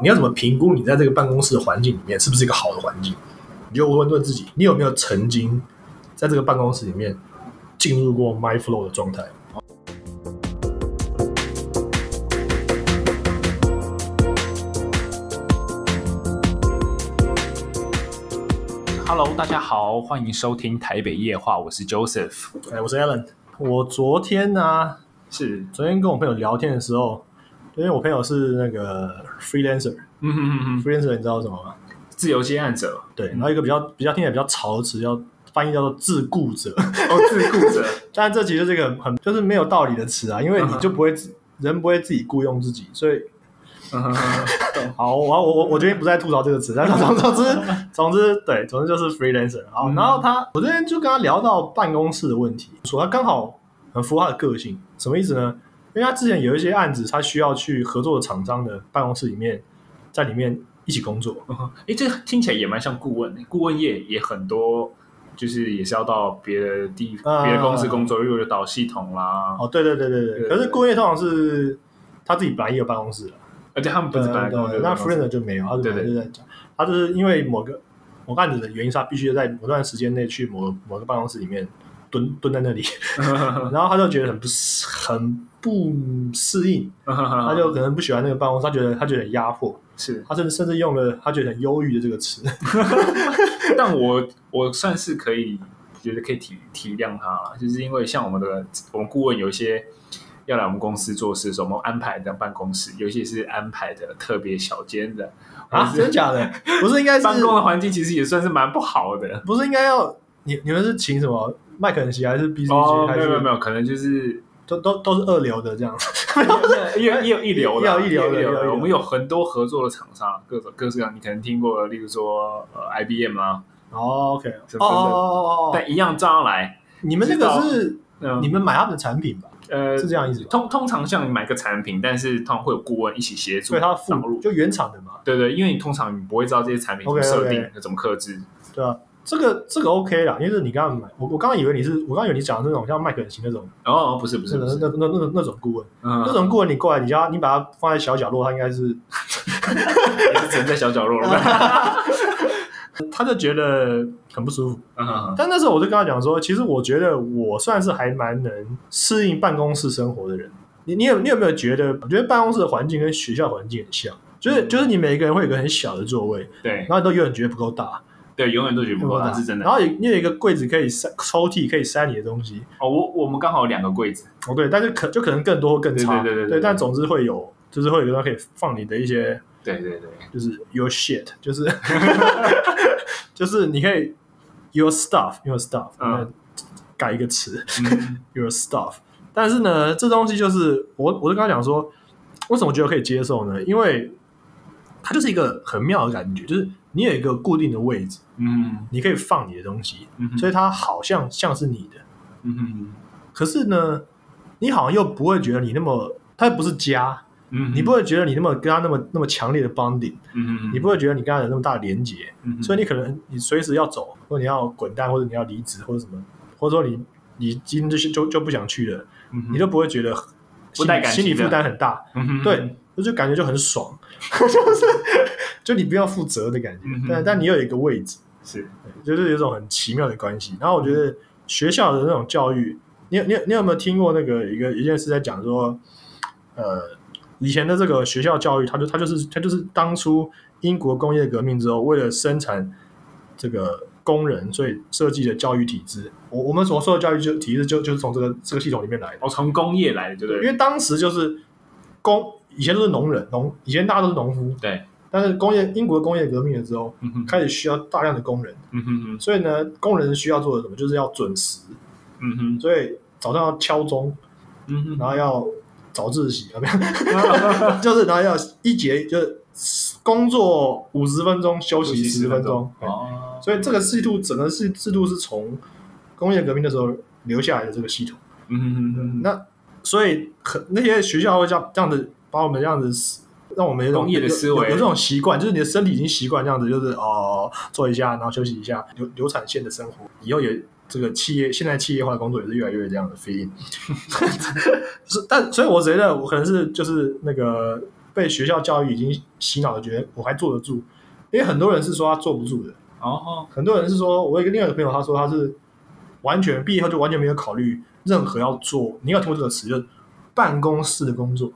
你要怎么评估你在这个办公室的环境里面是不是一个好的环境？你就问问自己，你有没有曾经在这个办公室里面进入过 my flow 的状态？ Hello，大家好，欢迎收听台北夜话，我是 Joseph。哎，我是 Alan，我昨天呢、是，昨天跟我朋友聊天的时候，因为我朋友是那个 freelancer，freelancer 嗯哼哼哼，你知道什么吗？自由接案者，对，然后一个比较比较听起来比较潮的词叫翻译叫做自雇者， 哦，自雇者，但这其实是一个很很就是没有道理的词啊，因为嗯你哼就不会自人不会自己雇佣自己，所以 嗯哼哼哼懂好，我我我我决定不再吐槽这个词，但总总之总之对，总之就是 freelancer 好，嗯然后他我这边就跟他聊到办公室的问题，说他刚好很符合他的个性，什么意思呢？因为他之前有一些案子，他需要去合作的厂商的办公室里面，在里面一起工作。嗯哼诶，这听起来也蛮像顾问的，顾问业也很多，就是也是要到别的地、啊别的公司工作，例如导系统啦，哦，对对对对对，对可是工业通常是他自己本来也有办公室的，而且他们不对是对本来跟我对，们那公司 freelancer 就没有，他就对对就在讲，他就是因为某个某个案子的原因，他必须在某段时间内去某某个办公室里面蹲蹲在那里。 然后他就觉得很不适很不适应，他他就可能不喜欢那个办公室，他觉得他觉得很压迫，是，他甚至甚至用了他觉得很忧郁的这个词。 但我我算是可以觉得可以体体谅他啦，就是因为像我们的我们顾问有一些要来我们公司做事的时候，我们安排的办公室，有一些是安排的特别小间的啊，或真的是假 的？不是应该是办公的啊环境其实也算是蛮不好的。不是应该要你你们是请什么麦肯锡还是 BCG、哦，还没是有没有没有，可能 就是都都都是二流的这样？也有也有一流的要啊，一流的也有要一流的我们有很多合作的厂商，各种各式各样，你可能听过，例如说呃 IBM 啊，哦，OK，是真哦的哦哦哦哦，但一样照样来。你们那个是嗯你们买他们的产品吧？呃是这样意思吧？通通常像你买个产品，但是通常会有顾问一起协助所以他导付入。就原厂的嘛，对对，因为你通常你不会知道这些产品怎么 OK，OK 设定、怎么克制。对啊，这个这个 OK 啦，因为是你刚刚买，我我刚刚以为你是我刚刚以为你讲的那种像麦肯锡那种哦，不是不是那不那是，那那那那种顾问。嗯，那种顾问你过来，你叫他，你把它放在小角落，他应该是，嗯也是只能在小角落了。 他就觉得很不舒服。嗯嗯但那时候我就跟他讲说，其实我觉得我算是还蛮能适应办公室生活的人。你你有你有没有觉得，我觉得办公室的环境跟学校环境很像，嗯就是就是你每一个人会有一个很小的座位，对然后你都永远觉得不够大，对，永远都觉得不够大，是真的然。后有你有一个柜子可以塞抽屉可以塞你的东西，哦，我我们刚好有两个柜子，哦对，但是可就可能更多或更差，对对对对对对，但总之会有就是会有一个地方可以放你的一些对对对，就是 your shit，就是就是你可以 your stuff your stuff，嗯改一个词嗯 your stuff。但是呢，这东西就是我我就跟他讲说，为什么我觉得可以接受呢？因为它就是一个很妙的感觉，就是你有一个固定的位置，嗯你可以放你的东西，嗯，所以以它好像像是你的，嗯可是呢，你好像又不会觉得你那么，它又不是家，嗯，你不会觉得你那么跟他那么那么强烈的 bonding，嗯，嗯你不会觉得你跟他有那么大的连接，嗯所以你可能你随时要走，或者你要滚蛋，或者你要离职，或者什么，或者说你你今天就就就不想去了，嗯你都不会觉得不心带理感心理情的负担很大，嗯对，就就感觉就很 爽，就是就你不要负责的感觉嗯哼，但但你有一个位置，是就是有一种很奇妙的关系。然后我觉得学校的那种教育，你有你有你有没有听过那个一个一件事在讲说，呃，以前的这个学校教育，它就它就是它就是当初英国工业革命之后，为了生产这个工人，所以设计的教育体制。我我们所说的教育就体制就就是从这个这个系统里面来的，哦，从工业来的，对不因对？为当时就是工以前都是农人，农以前大家都是农夫，对，但是工业英国工业革命了之后，嗯哼开始需要大量的工人。嗯哼所以呢，工人需要做的什么，就是要准时，嗯哼所以早上要敲钟，嗯哼，然后要早自习，啊，没有，就是然后要一节就是工作五十分钟， 休息十分钟，对哦，所以这个制度整个制制度是从工业革命的时候留下来的这个系统。嗯哼嗯哼，那所以可那些学校会这样这样子把我们这样子。让我们有一种工业的思维有有有这种习惯，就是你的身体已经习惯这样子，就是哦做一下，然后休息一下，流流产线的生活，以后也这个企业现在企业化的工作也是越来越这 样的 feeling。是，但所以我觉得我可能是就是那个被学校教育已经洗脑的，觉得我还坐得住。因为很多人是说他坐不住的，哦，很多人是说，我有一个另外一个朋友，他说他是完全毕业后就完全没有考虑任何要做，你有听过这个词，就是办公室的工作，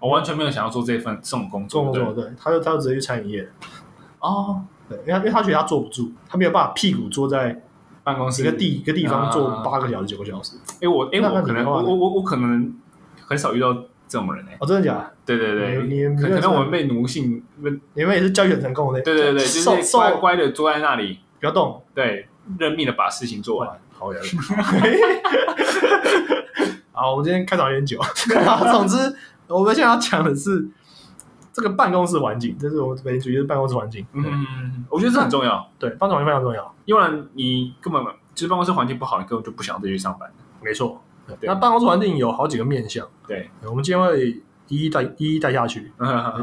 我完全没有想要做这份这种工做作，工对作，对，他就他就直接去餐饮业了，哦，对，因为他因为他觉得他坐不住，他没有办法屁股坐在办公室一个地一个地方坐啊八个小时九个小时，哎、我哎、那那我你可能的话我呢我我我可能很少遇到这种人哎、哦，真的假的？对对对，你你你可可认识能我们吗被奴性，被你们也是教育很成功的，对对对，受就是受乖乖的坐在那里，不要动，对，认命的把事情做完。哇好呀。 好，我们今天开场有点久。 好总之，我们现在要讲的是这个办公室环境，这是我们北京主义的办公室环境。嗯，嗯，我觉得这很重要，对，办公室环境非常重要。要不然你根本就是办公室环境不好，你根本就不想再去上 班。没错。嗯对那办公室环境有好几个面向，对，嗯我们今天会一一带一一带下去。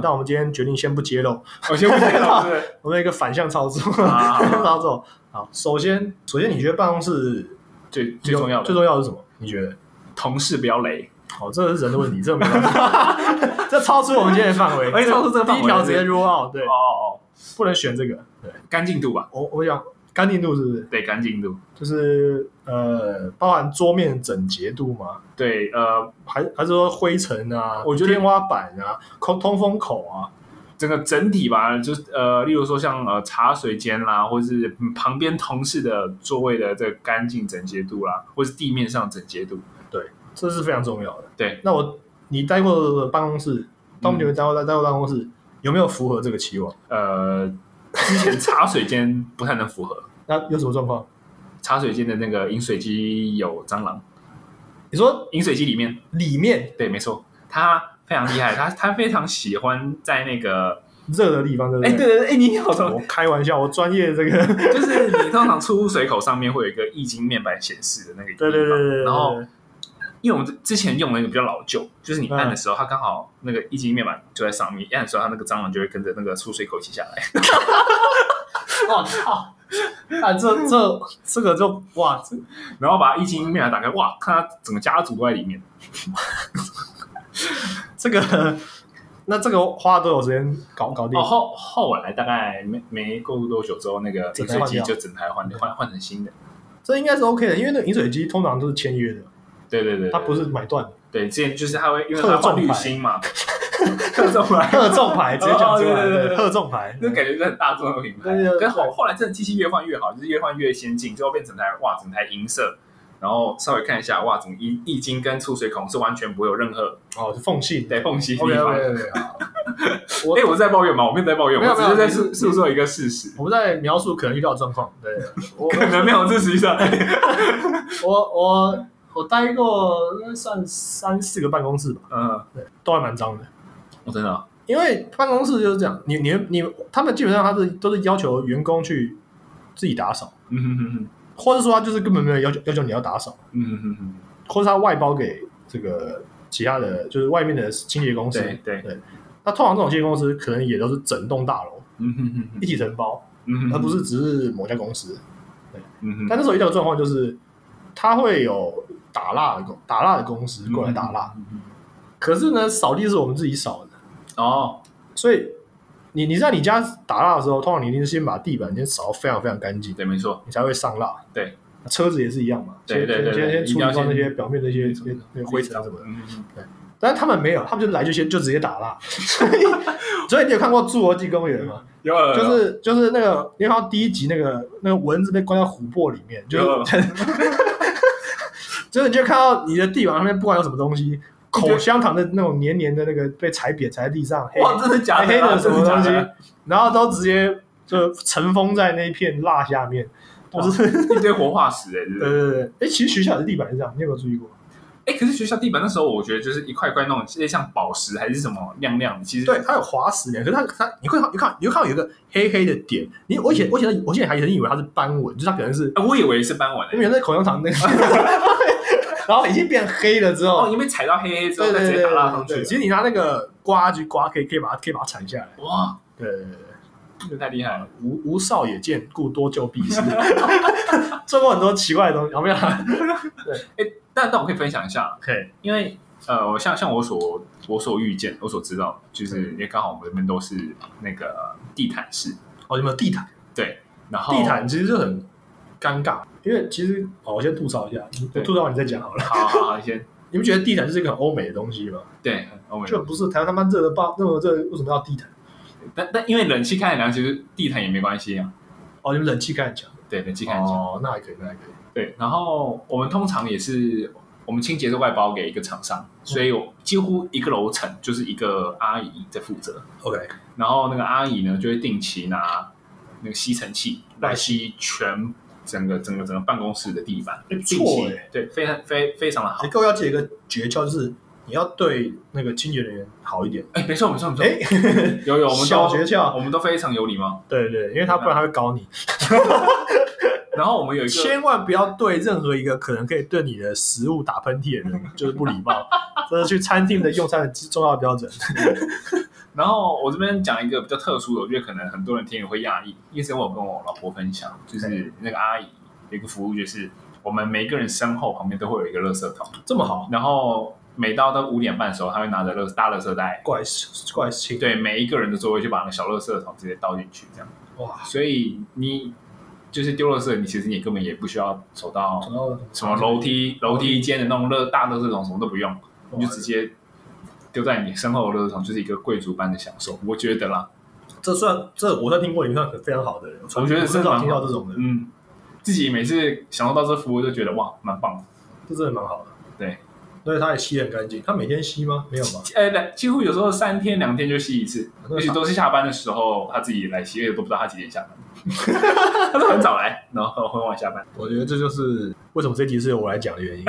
但我们今天决定先不揭露，我先不知道是不是我们有一个反向操作。啊反向操作。好，首先，首先你觉得办公室最最重要最的，重要的是什么？你觉得？同事不要雷。哦，这个是人的问题，这个没办法， 这超出我们今天的范围，哎超出这个范第围一条直接 rule out，对哦，哦不能选这个。对，哦，干净度吧，我我想干净度是不是对，干净度，就是呃，包含桌面整洁度吗？对，呃，还还是说灰尘啊？我觉得天花板啊，空通风口啊，整个整体吧，就是呃，例如说像呃茶水间啦，或是嗯旁边同事的座位的这个干净整洁度啦，或是地面上整洁度，这是非常重要的。对，那我你待过的办公室，当你们待过待待过办公室，有没有符合这个期望？呃，之前茶水间不太能符合，那有什么状况？茶水间的那个饮水机有蟑螂，你说饮水机里面，里面对，没错，它非常厉害，它它非常喜欢在那个，热的地方，对不哎，对对？对对，哎，你好聪我开玩笑，我专业这个，对就是你通常出污水口上面会有一个液晶面板显示的那个地方， 对对对 对对，然后因为我们之前用的那个比较老旧，就是你按的时候，它刚好那个液晶面板就在上面，一按的时候，它那个蟑螂就会跟着那个出水口一起下来。 我靠！啊，这这这个就哇，这然后把液晶面板打开，哇，看它整个家族都在里面。哦这个，那这个花多少时间搞搞定哦，？后后来大概没没过多久之后，那个饮水机就整台换掉，整台换掉换换成新的。这应该是 OK 的，因为那个饮水机通常都是签约的，对对对，它不是是买断的，对，之前就是它会因为它换滤芯嘛， 特重牌，贺中牌直接讲出哦对对对来，对对贺中牌，那感觉是很大众的品牌对对。对跟后后来真的机器越换越好，就是越换越先进，最后变成台哇，整台银色。然后稍微看一下，哇，整个液液晶跟出水孔是完全不会有任何哦，是缝隙。对缝隙地 OK 方。 OK OK，好哎、我是在抱怨吗？我没有在抱怨，没有我只是在没有诉诉说一个事实，我们在描述可能遇到的状况。对，我可能没有，这实际上我我我待过算三四个办公室吧， 嗯，都还蛮脏的。我真的啊因为办公室就是这样，你你你，他们基本上他是都是要求员工去自己打扫，嗯哼哼哼，或者说他就是根本没有要求要求你要打扫，嗯哼哼哼，或者他外包给这个其他的就是外面的清洁公司。对对，那通常这种清洁公司可能也都是整栋大楼嗯哼哼哼一，起承包，嗯哼哼，而不是只是某家公司。嗯哼，但那时候遇到的状况就是，他会有打蜡的公打蜡的公司过来打蜡，嗯哼哼哼可是呢，扫地是我们自己扫的，哦，所以你你在你家打蜡的时候，通常你一定是先把地板先扫得非常非常干净，对，没错，你才会上蜡。对，车子也是一样嘛，对先对对先对先处一定要理掉先那些表面的一些一些那些灰尘啊什么的。嗯哼哼但是他们没有，他们就来就先就直接打蜡。所以 所以你有看过《侏罗纪公园》吗？有有有就是就是那个，你有看到第一集那个那个蚊子被关到琥珀里面，就有是就是你就看到你的地板上面不管有什么东西，口香糖的那种黏黏的那个被踩扁踩在地上， 黑哇，真的假的啊？黑黑的什么东西真的假的，然后都直接就尘封在那一片蜡下面。哇我是 一堆活化石哎、对不对对对对，哎、其实学校的地板是这样，你有没有注意过？哎、可是学校地板那时候，我觉得就是一块块那种，类似像宝石还是什么亮亮的，其实对，它有滑石欸的，可是它它你会看你看你会看到有一个黑黑的点，你我以前我以前我以前还以为它是斑纹，就是它可能是哎我以为是斑纹、因欸，为那口香糖那个，然后已经变黑了之哦，后，因为踩到黑黑之后对再对直对接打蜡对上去了对，，其实你拿那个刮去刮，可以可以把它可以把它铲下来。哇，对对对对，这个太厉害了。无无少也见，故多就必失。 做过很多奇怪的东西，有没有？但但我可以分享一下，可以，因为呃，像像我所我所遇见，我所知道，就是嗯因为刚好我们这边都是那个地毯式，哦，有没有地毯？对，然后地毯其实就很尴尬，因为其实哦，我先吐槽一下，我对吐槽完你再讲好了。 好好好，先你不觉得地毯就是一个很欧美的东西吗？对，哦我们就不是台湾他妈热的爆，那么热，为什么要地毯？但但因为冷气开很凉，其实地毯也没关系啊。哦，你们冷气开很强，对，冷气开很强。哦，那还可以，那还可以。对，然后我们通常也是我们清洁是外包给一个厂商，所以嗯我几乎一个楼层就是一个阿姨在负责， OK，然后那个阿姨呢就会定期拿那个吸尘器嗯来吸全整个整个整个办公室的地板，不定错期欸对，非常非非常的好你。哎各位要记得一个诀窍，就是你要对那个清洁人员好一点。哎，没错没错没错，哎，有有我们小都诀窍，我们都非常有礼貌。对对，因为他不然他会搞你。然后我们有一个千万不要对任何一个可能可以对你的食物打喷嚏的人 就是不礼貌，这是去餐厅的用餐的重要标准。然后我这边讲一个比较特殊的，我觉得可能很多人听也会讶异，因为之前我有跟我老婆分享，就是那个阿姨有一个服务，就是我们每个人身后旁边都会有一个垃圾桶，这么好，然后每到到五点半的时候，她会拿着垃大垃圾袋，怪怪情对每一个人的座位就把那个小垃圾桶直接倒进去，这样。哇，所以你就是丢垃圾，你其实你根本也不需要走到然后什么楼梯楼梯间的那种垃大垃圾桶，什么都不用，你就直接丢在你身后的垃圾桶，就是一个贵族般的享受，我觉得啦。这算这我算听过里面算非常好的人，我觉得很真的少蛮好听到这种人，嗯，自己每次享受到这服务，就觉得哇，蛮棒的。这真的蛮好的。对，所以他也吸得很干净，他每天吸吗？没有吧？哎，来，几乎有时候三天两天就吸一次，而且都是下班的时候他自己来吸，而且都不知道他几点 下班，他都很早来，然后很晚下班，我觉得这就是为什么这集是由我来讲的原因。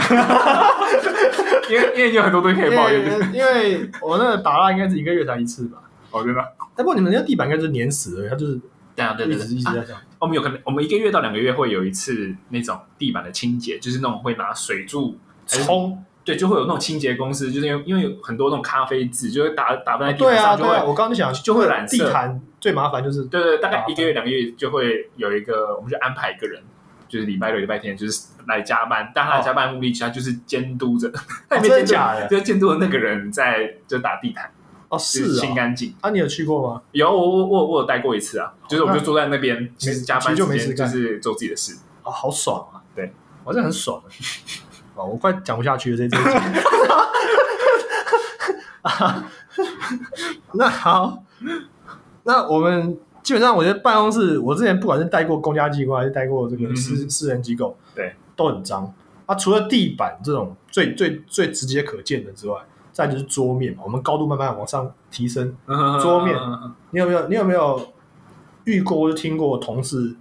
因为因为有很多 东西可以抱怨。因为我那个打蜡应该是一个月才一次吧。哦，真的，哎，不过你们那个地板应该就是粘死的，它就是对啊，对一直一直啊在这样。我们有可能，我们一个月到两个月会有一次那种地板的清洁，就是那种会拿水柱还是冲，对，就会有那种清洁公司，就是因为因为有很多那种咖啡渍，就会打打扮在地对板啊，上，就对会啊，我刚刚就想就会染色地毯最麻烦就是对对，大概一个月、两个月就会有一个，我们就安排一个人，就是礼拜六、礼拜天，就是来加班。但他的加班目的，他就是监督 着，他也啊真没的监督假的就是监督的那个人在就打地毯，哦，就是清啊，干净。啊，你有去过吗？有我我我我有待过一次啊，就是我们就坐在那边，其实加班其实就时没事间就干是做自己的事。啊，好爽啊！对，我真的很爽 啊！哦，我快讲不下去了，这这一集。 那好，那我们基本上，我觉得办公室，我之前不管是待过公家机关，还是待过这个私、私人机构，对，都很脏。啊，除了地板这种最最最直接可见的之外，再就是桌面嘛，我们高度慢慢往上提升， 桌面你有没有你有没有遇过或是听过同事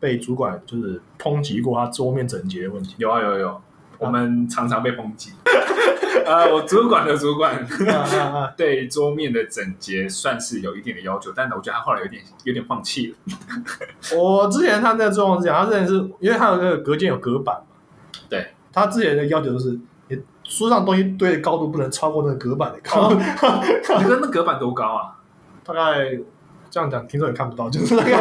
被主管就是抨击过他桌面整洁的 问题？有啊有啊有啊， 我们常常被抨击。 呃，我主管的主管啊对桌面的整洁算是有一点的要求，但我觉得他后来有点有点放弃了。 我之前他那个状况是这样，他之前是因为他有那个隔间有隔板嘛，对，他之前的要求就是你桌上东西堆的高度不能超过那个隔板的高度，你跟那隔板多高啊？ 大概这样讲听众也看不到，就是大 概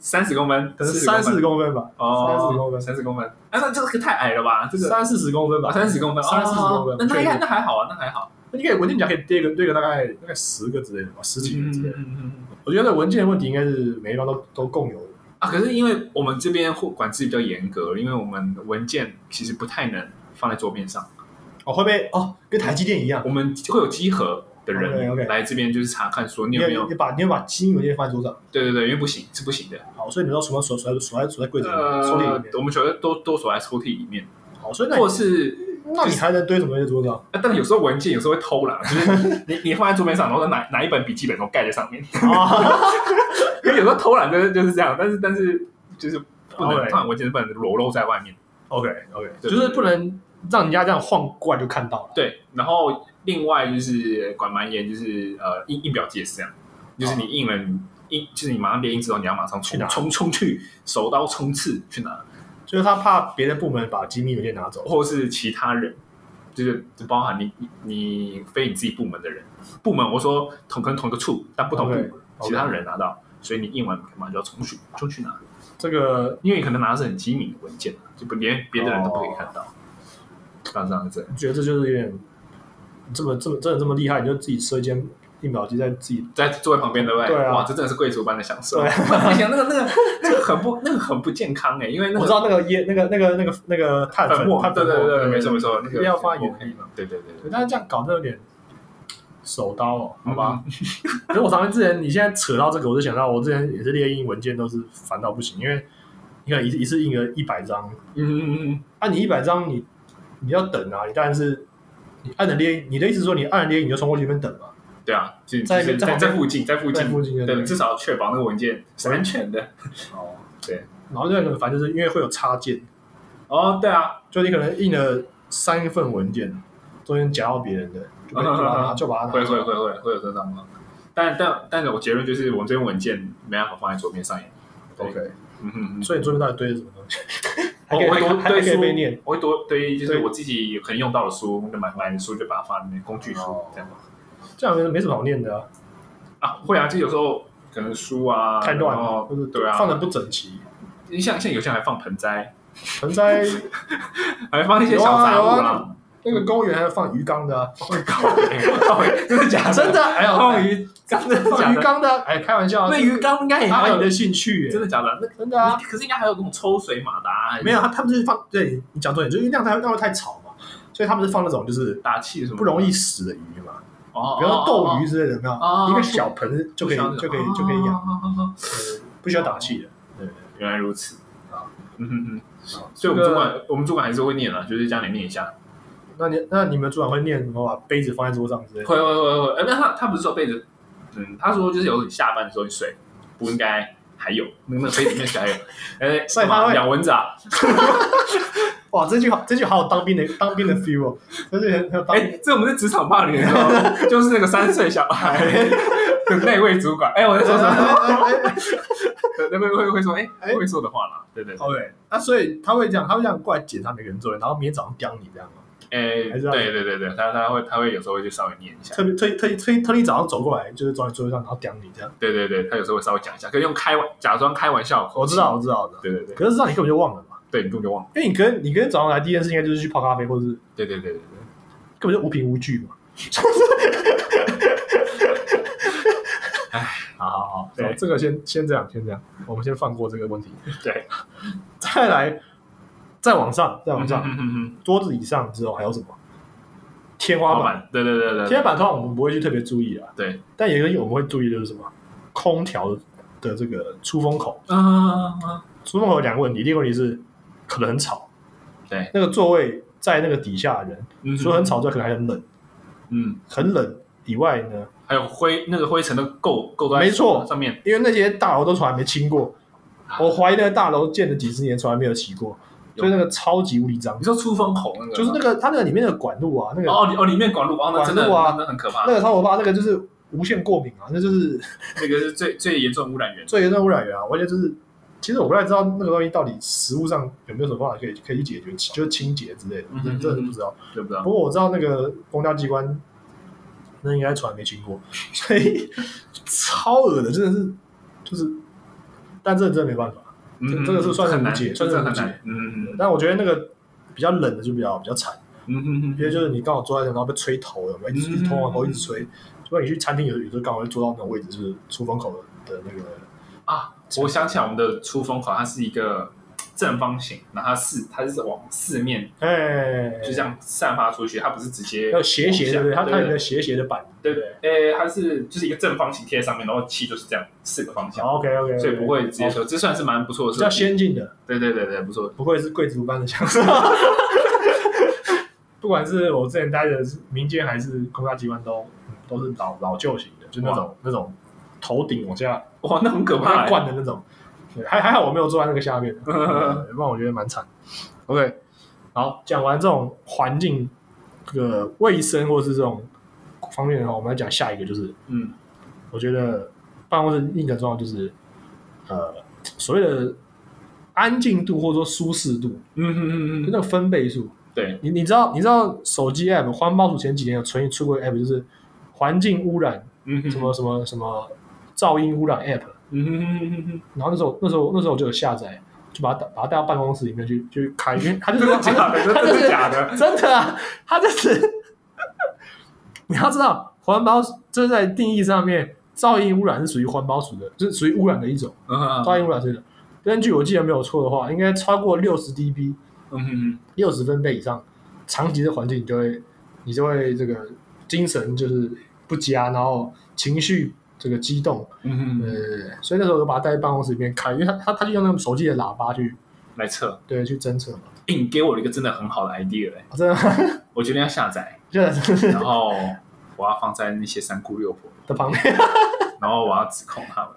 三十公分，可能三四40公分吧，哦， 30公分哦三十公分。哎，那这个太矮了吧？这个三四十公分吧，三十公分，三四十公哦那分，那确应该定那还好啊，那还好。你可以文件夹可以堆个堆个大概大概十个之类的吧，十几个之类的。嗯我觉得文件的问题应该是每一方都都共有。啊，可是因为我们这边会管制比较严格，因为我们文件其实不太能放在桌面上，哦，会被哦，跟台积电一样，我们会有集合的人 OK，OK 来这边就是查看说你你有没有有你把你有把基因文件放在桌上，对对对，因为不行是不行的。好，所以你都什么锁锁在锁在锁在柜子里面，抽屉呃里面，，我们觉得都都锁在抽屉里面，好，所以那你或是那你还能堆什么东西在桌 上？啊但有时候文件有时候会偷懒，就是你你放在桌面上，然后拿拿一本笔记本，然后盖在上面。啊，因为有时候偷懒就是就是这样，但是但是就是不能 OK 突然文件是不能裸露在外面。 OK OK，对就是不能让人家这样晃过来就看到了。对，然后另外就是管蛮严，就是呃印印表机也是这样，就是你印了你印，就是你马上列印之后，你要马上去拿冲冲冲去手刀冲刺去拿，就是他怕别的部门把机密文件拿走。或是其他人。就是包含你你你非你自己部门的人，部门我说同跟同一个处，但不同部门 OK，OK 其他人拿到，所以你印完马上就要冲去冲去拿，这个因为你可能拿的是很哦机密的文件，就不连别的人都不可以看到。大致上是这样。觉得这就是有点这么这么真的这么厉害，你就自己设一间印表机在自己在座位旁边，对不对？对啊哇，这真的是贵族般的享受。对啊不行，那个那个那个很不那个很不健康哎、因为那我知个道那个烟、那个、那个、那个、那个碳粉末，碳对粉对末，对对，没错没错，那一个定要放在原对地嘛。对对对对，但是这样搞真的有点手刀哦，好好吧吧。， 可是我常常之前，你现在扯到这个，我就想到我之前也是列印文件都是烦到不行，因为你看一次一次印个一百张，嗯嗯嗯，啊，你一百张你你要等啊，你当然是你按着列，你的意思是说你按着列印你就冲过去那边等嘛，对啊，就在就是在在在附近，在附在近，附近就对，至少确保那个文件是安全的。哦，对，然后另外一个很烦就是因为会有插件，哦，对啊，就你可能印了三份文件，中间夹到别人的，就被就把它拿就把它拿嗯会会会会会有这种状况，但但但是我结论就是，我们这边文件没办法放在桌面上耶。 ，OK。嗯哼嗯所以你桌面到底堆了什么东西？ 还我可以哦我会多还还堆可以书被念，我会多堆，就是对我自己可能用到的书，就买买的书就把它放在里面，工具书哦这样。这样没没什么好念的啊，啊，会啊，就有时候可能书啊，太乱然了，后或者对啊，放的不整齐。你像像有些人还放盆栽，盆栽还放一些有小啊杂有物啊啦。那个公园还有放鱼缸的啊，靠北靠北真的假 的？真的，哎呀，放鱼，真的放假鱼的？缸的啊，哎，开玩笑啊，那鱼缸应该也他还很有有你，的兴趣耶，真的假的？那真的啊，可是应该还有那种抽水马达，还是没有，他他们就是放，对你讲重点，就是因为那样才那会太吵嘛，所以他们是放那种就是打气什么的，不容易死的鱼嘛，哦，比如说哦斗哦鱼之类的，有没哦有？一哦个小盆就可以不需要就这种可以就可以养，哦哦哦哦呃不需要打气的。对，原来如此啊嗯哼哼，所这以个我们主管，我们主管还是会念啊，就是叫你念一下。那你那你们主管会念什么？把杯子放在桌上之类的？会会会会，呃，那他他不是说被子，嗯，他说就是有你下班的时候你水不应该还有，那个杯子里面水还有， 哎，所以干嘛他会养蚊子啊，哇，这句好，这句好有当兵的当兵的 feel 哦，这句很很有当兵。哎，这我们在职场霸凌的时 候，就是那个三岁小孩的那位主管，哎，我在说 什么？那位会会说，哎，哎会说的话啦，对对，对 OK，那哦啊所以他会这样，他会这样过来检查每个人作业，然后明天早上刁你这样吗？哎，还是要对对对对，他他会他会有时候会去稍微念一下，特别特特特特地早上走过来，就是走你座位上，然后刁你这样。对对对，他有时候会稍微讲一下，可以用开玩假装开玩笑的口气，我知道，我知道，我知道。对对对可是让你根本就忘了嘛，对，你根本就忘了，因为你跟你跟早上来第一件事应该就是去泡咖啡，或者是对对对对对，根本就无凭无据嘛。 好哎好好，好对这个先先这样，先这样，我们先放过这个问题。对， 再来，再往上，再往上，嗯嗯嗯嗯桌子以上之后还有什么？天花老板，板，对对对对天花板通常我们不会去特别注意啊，呃对，但有一个东西我们会注意的就是什么？空调的这个出风口，嗯嗯，出风口有两个问题，第一个问题是可能很吵，对，那个座位在那个底下的人，嗯除了很，吵之外，可能还很冷，嗯，很冷以外呢，还有灰那个灰尘都够够在没错上面，因为那些大楼都从来没清过，我怀疑那个大楼建了几十年，从来没有洗过，有所以那个超级无敌脏你，说出风口那个吗，就是那个它那个里面那个管路啊，那个、哦里哦里面管路哦，那真的管路啊那很可怕，那个超可怕，那个就是无限过敏啊，那就是，那个是最最严重污染源最严重的污染源啊，我觉得就是。其实我不太知道那个东西到底实物上有没有什么办法可以可以去解决，就是清洁之类的，嗯真的真的不知道。对不知道，不过我知道那个公交机关，那应该从来没经过， 所以超恶的，真的是就是，但这真的没办法。嗯这嗯这个是算是很无难，解这算是真的无很解难，嗯嗯嗯但我觉得那个比较冷的就比较比较惨，嗯嗯因为就是你刚好坐在那，然后被吹头，有没有？一直一直头往头一直嗯吹。如果你去餐厅有有时候刚好会坐到那种位置，就是出风口的的那个，啊，我想起来我们的出风口它是一个正方形，然后它四它是往四面哎，就这样散发出去，它不是直接要斜斜的，对不对？它往下它有一个斜斜的板，对对，诶、它是就是一个正方形贴上面，然后气就是这样四个方向， OK OK，所以不会直接说，这算是蛮不错的哦比设计。较先进的。对对对对，不错。不愧是贵族般的享受。 不管是我之前待的是民间还是公家机关都，都是老老旧型的，就那种那种头顶往下哇，那很可往下怕、欸。嗯灌的那种。对，还还好我没有坐在那个下面，对不然我觉得蛮惨。OK，好，讲完这种环境这个卫生或是这种方面的话，我们来讲下一个，就是嗯，我觉得办公室另一个重要就是呃所谓的安静度或者说舒适度。嗯嗯就那个分贝数，对，你你知道你知道手机 app 环保署前几年有出出过一个 app，就是环境污染嗯哼什么什么什么噪音污染 app，嗯哼嗯哼嗯然后那时候那时候那时候我就有下载，就把它把它带到办公室里面去去开，因为它就哼，真是 啊的假的？它就真是 的真假的？的啊，它就是你要知道，环保这在定义上面，噪音污染是属于环保署的，就是属于污染的一种。嗯噪音污染是一种，根据我记得没有错的话，应该超过六十 dB，嗯六十分贝以上，长期的环境你就会，你就会这个精神就是不佳，然后情绪这个激动，嗯嗯，呃，所以那时候我就把它带去办公室里面开，因为他他他就用那种手机的喇叭去来测。对去侦测嘛，哎，你给我了一个真的很好的 idea 哎，啊真的吗， 我决定要下载，现在真的是然后我要放在那些三姑六婆，的旁边，然后我要指控他们，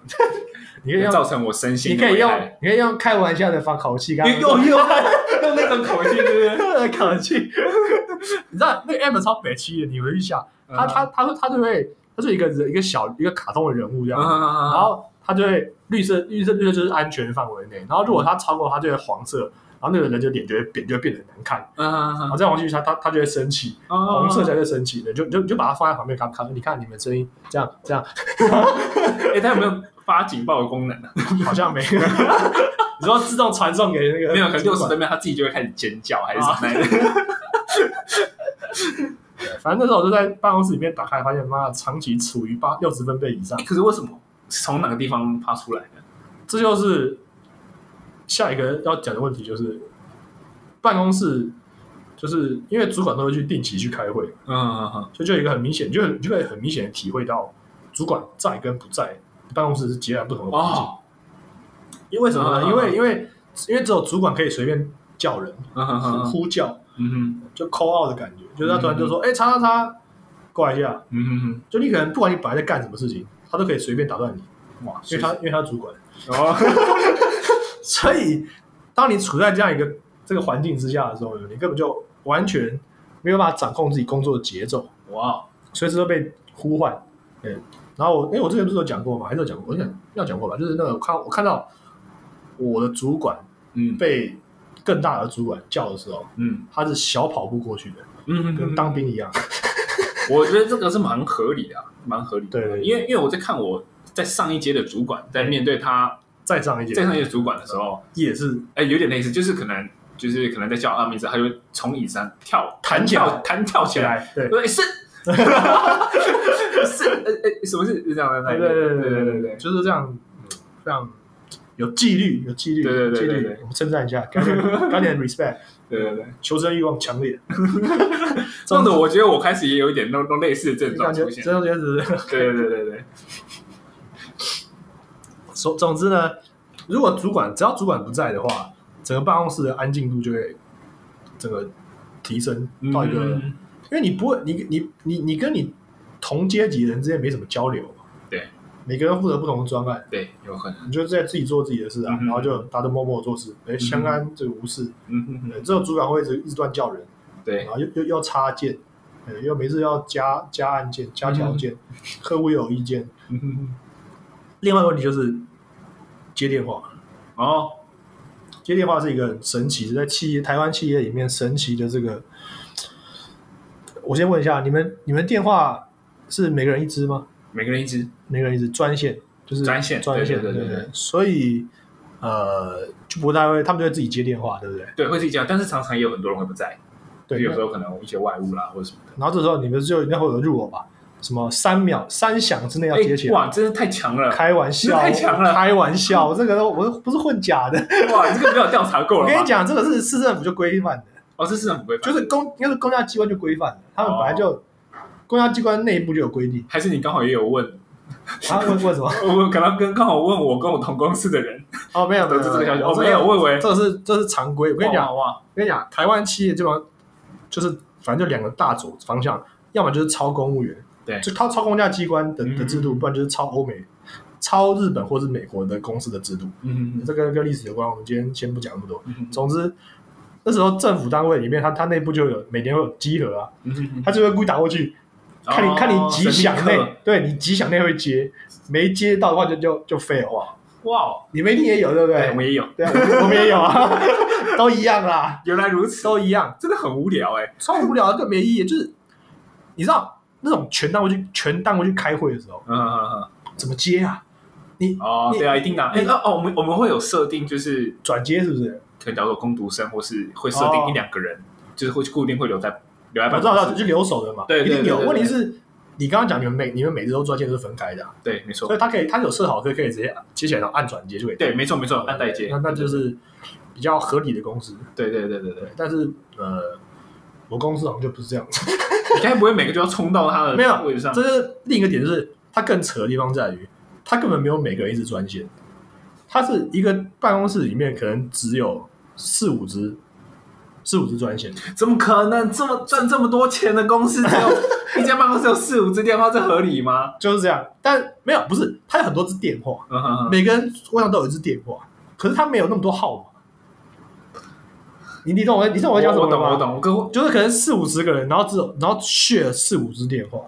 你可以用造成我身心你的可以危用害。你可以用开玩笑的发口气，刚用用 用用那种口气，对不对？口气， 你知道那个 app 超北气的，你回去下，他他他说他就会，他是一个人一个小一个卡通的人物这样，然然后他就会绿色绿色绿色就是安全范围内，然后如果他超过，他就会黄色，然后那个人就脸就会变就会变得很难看，然后再往继续下，他他就会生气，哦红色才会生气的，就就就把它放在旁边看看，你看你们声音这样这样哎，它有没有发警报的功能啊？好像没有， 你说自动传送给那个没有，可能六主十管分贝它自己就会开始尖叫还是什么的。反正那时候我就在办公室里面打开，发现妈的长期处于八六十分贝以上哎，可是为什么是从哪个地方发出来的？这就是下一个要讲的问题，就是办公室，就是因为主管都会去定期去开会，嗯所以就有一个很明显，就你就可以很明显的体会到主管在跟不在办公室是截然不同的环境。哦，因为什么嗯呢？因为因为因为只有主管可以随便叫人、嗯哼哼呼叫，嗯就 call out 的感觉，就是他突然就说：“哎、叉叉叉，过来一下。嗯”就你可能不管你本来在干什么事情，他都可以随便打断你，哼，哇，因为他因为他是主管。哦，所以，当你处在这样一个这个环境之下的时候，你根本就完全没有办法掌控自己工作的节奏， 哇，哦随时都被呼唤。对，然后我，哎，我之前不是有讲过吗？还是有讲过？我想要讲过吧，就是那个我看我看到我的主管嗯被更大的主管叫的时候，嗯他是小跑步过去的，嗯跟当兵一样。我觉得这个是蛮合理的啊，蛮合理的。对对对因为因为我在看我在上一阶的主管在面对他再上一届，在上一阶主管的时候，也是哎，有点类似，就是可能就是可能在叫他名字，他就会从椅子上跳弹起来跳弹跳起起来，来，对对是。 是，呃呃，什么是是这样的？对对对对对对对对，就是这样，非常有纪律，有纪律，对对对纪律对对我们称赞一下，给点给点 respect， 对对对，求生欲望强烈，这样子我觉得我开始也有一点那种那种类似的症状感觉出现。这种就是，对对对对 总总之呢，如果主管只要主管不在的话，整个办公室的安静度就会整个提升 对，到一个，嗯因为你不会，你你你你跟你同阶级的人之间没什么交流嘛，对，每个人负责不同的专案。对有可能，你就在自己做自己的事啊，嗯哼然后就大家都默默地做事，哎，相安这个无事，嗯哼哼，对，这种主管会一直一直乱叫人，对 然，后又又又插件，呃，又每次要加加案件、加条件，客户又有意见。嗯哼哼另外一个问题就是接电话，哦，接电话是一个很神奇，在企业台湾企业里面神奇的这个。我先问一下，你们你们电话是每个人一支吗？每个人一支，每个人一支专线，就是专线专线，对对对对对所以呃，就不太会，他们就会自己接电话，对不对？对，会自己讲，但是常常也有很多人会不在，对，就有那时候可能一些外务啦或者什么的。然后这时候你们就应该会有入耳吧？什么三秒、三响之内要接起来？哎哇，真是太强了！开玩笑，太强了开玩 笑，这个都我不是混假的。哇，你这个没有调查过我了跟你吧？讲，这个是市政府就规范的，哦，这是很不规范，就是公应该是公家机关就规范的，他们本来哦就公家机关内部就有规定。还是你刚好也有问，啊，问问什么？我可能跟刚好问我跟我同公司的人哦，没有，没得有，知这个消息，我哦，没有，，我以为这个是这是常规。我跟你讲，哇哇，我跟你讲，台湾企业基本上就是反正就两个大走方向，要么就是抄公务员，对就抄抄公家机关的嗯的制度，不然就是抄欧美、抄日本或是美国的公司的制度。嗯这个跟历史有关，我们今天先不讲那么多。嗯总之，那时候政府单位里面，它它内部就有每年会有集合啊，嗯，哦它就会故意打过去，看你、看你几响内，对你几响内会接，没接到的话就就就 fail 哇。哇，你们一定也有对不对，我对？们也有，对啊，我们我们也有啊， 都一样啦，原来如此，都一样，真的很无聊哎，超无聊的，更没意义。就是你知道那种全单位去全单位去开会的时候，嗯嗯怎么接啊？你嗯，哦，对啊，一定的，哎哦哦，我们我们会有设定，就是转接是不是？可能叫做攻读生，或是会设定一两个人，就是会固定会留在留在我办哦知道，我知道公就室，留守的嘛，对对一定有。对对对问题是你刚刚讲你们每你们每只都专线都是分开的啊、对，没错所，以它可以它有设好可以可以直接接起来，然后按转接就可以。对，没错，没错，按代接，那那就是比较合理的公司。对对对对对，但是呃，我公司好像就不是这样子。你该不会每个就要冲到他 的没有位置上？这是另一个点，就是它更扯的地方在于，它根本没有每个人一直专线，它是一个办公室里面可能只有四五只。四五只专线，怎么可能？这么赚这么多钱的公司，只 有一家办公室有四五支电话，这合理吗？就是这样。但没有，不是，它有很多只电话，嗯哼哼每个人桌上都有一只电话，可是它没有那么多号码。你你懂我，你懂我在讲什我么我了懂，吗我懂，我跟我 就是可能四五十个人，然后只有然后 share 四五支电话，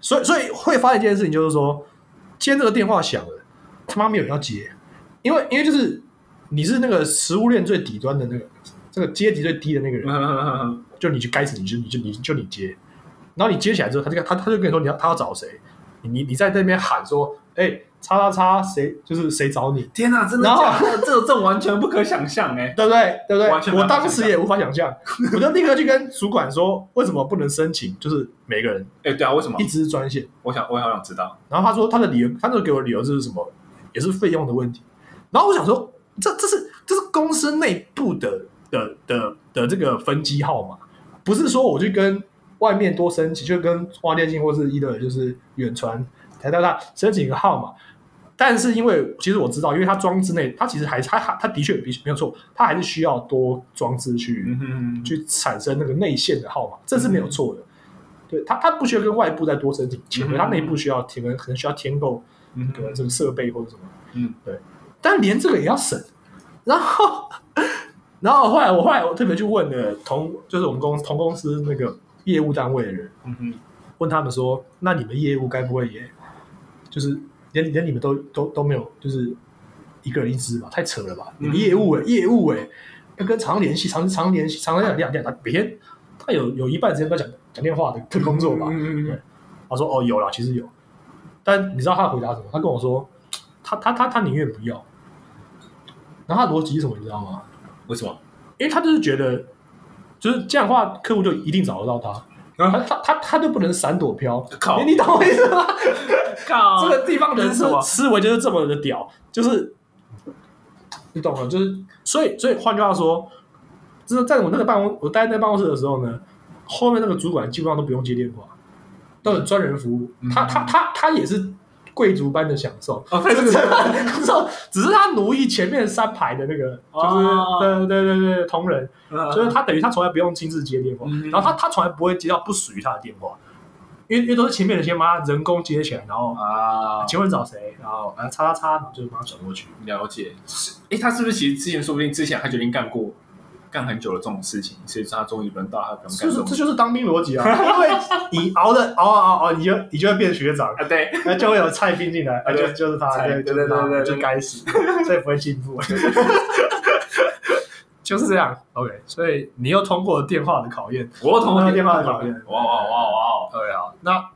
所以所以会发现一件事情，就是说，今天这个电话响了，他妈没有人要接，因为因为就是你是那个食物链最底端的那个这个阶级最低的那个嗯人，哼哼哼就你就该死，你就你就你就你接，然后你接起来之后，他就他他就跟你说你要他要找谁，你你你在那边喊说，哎、叉叉叉谁就是谁找你，天哪，真的然后假的？这这完全不可想象哎！对不对？对完不全对？没我办法当时也无法想 象，我就立刻去跟主管说，为什么不能申请？就是每个人哎，对啊，为什么一？支专线。我想，我好想知道。然后他说他的理由，他就给我的理由就是什么，也是费用的问题。然后我想说，这这是这是公司内部的的的的这个分机号码，不是说我去跟外面多申请，就跟花电信或是一乐，就是远传、台大大申请一个号码。但是因为其实我知道，因为它装置内，它其实还它它它的确比没有错，它还是需要多装置去、嗯哼哼，去产生那个内线的号码，这是没有错的。对他，他不需要跟外部再多申请钱，嗯可他内部需要填，可能可能需要添购嗯可能哼这个设备或者什么，嗯，但连这个也要审。然后，然后后来我后来我特别去问了同就是我们公司同公司那个业务单位的人，嗯哼，问他们说，那你们业务该不会也就是连连你们都都都没有，就是一个人一支吧？太扯了吧！你们业务哎、业务哎、要跟常联系，常常联系，常常讲讲讲，每天他有有一半时间都讲讲电话的的工作吧？嗯嗯嗯他说哦有啦，其实有，但你知道他回答什么？他跟我说，他他他他宁愿不要。然后他的逻辑是什么？你知道吗？为什么？因为他就是觉得，就是这样的话，客户就一定找得到他。啊他他他他就不能闪躲飘，靠你你 懂我意思吗？这靠，个地方人是这是什么思维啊就是这么的屌，就是你懂了，就是所以所以换句话说，就是在我那个办公我待在办公室的时候呢，后面那个主管基本上都不用接电话，都有专人服务，嗯他他他他也是贵族般的享 受。哦，这只个是他只是他奴役前面三排的那个，就是、哦对对对对同仁，就就是他等于他从来不用亲自接电话，嗯然后他他从来不会接到不属于他的电话，因为因为都是前面的先把他人工接起来，然后啊，请问找谁，然后呃叉叉叉，然后就把他转过去。了解。是，哎，他是不是其实之前说不定之前他就已经干过干很久了这种事情，所以他终于轮到他不用干就这是种这事。就是当兵逻 辑啊，因为你熬的熬熬熬，你就你就会变学长，啊，对，那就会有菜兵进来，啊就对就是他，菜对对就是他对对对对就该死，所以不会进步， 就是这样。OK，所以你又通过电话的考验，我同那我个电话很讨厌哇哇哇哇！对啊，那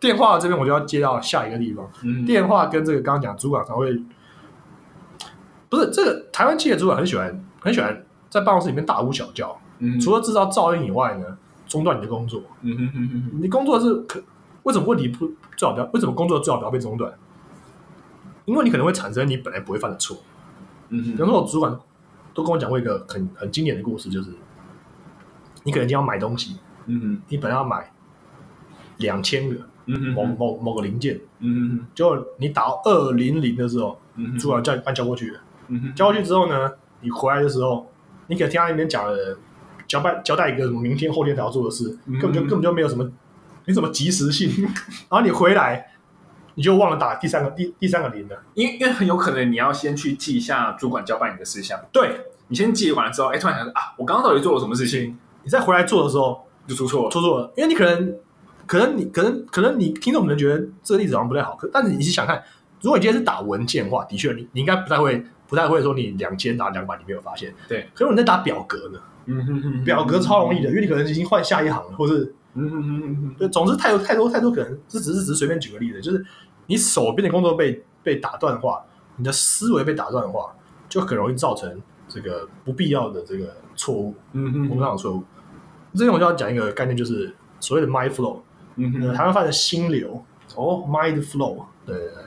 电话这边我就要接到下一个地方。嗯，电话跟这个刚刚讲主管常会，不是这个台湾企业主管很喜欢很喜欢在办公室里面大呼小叫，嗯除了制造噪音以外呢，中断你的工作。嗯哼哼哼哼，你工作是可为什么问题不最好不要？为什么工作最好不要被中断？因为你可能会产生你本来不会犯的错。嗯比哼方说，我主管都跟我讲过一个很很经典的故事，就是你可能今天要买东西，嗯你本来要买两千个嗯某某某个零件，嗯结果你打到二零零的时候，嗯主管叫你把你叫过去了。嗯哼交过去之后呢，你回来的时候，你可能听他那边讲了交代交代一个什么明天后天才要做的事，嗯根本就根本就没有什么没什么及时性， 然后你回来你就忘了打第三个第第三个零了。因为因为很有可能你要先去记一下主管交办你的事项，对，你先记完之后，哎，突然想说啊，我刚刚到底做了什么事情，你再回来做的时候就出错了。做错了，因为你可能可能你可能可能你听众可能觉得这个例子好像不太好，可但是你是想看，如果你今天是打文件的话，的确你你应该不太会。不太会说你两千打两百你没有发现，对。可是你在打表格呢，嗯哼哼，表格超容易的，因为你可能已经换下一行了，或是嗯哼哼哼哼，对，总之太多太多太多可能，这只是只是随便举个例子，就是你手边的工作被被打断的话，你的思维被打断的话，就很容易造成这个不必要的这个错误，嗯我们哼讲错误。这边我就要讲一个概念，就是所谓的 mind flow，嗯呃哼，台湾翻成心流哦， （mind flow）。对对对，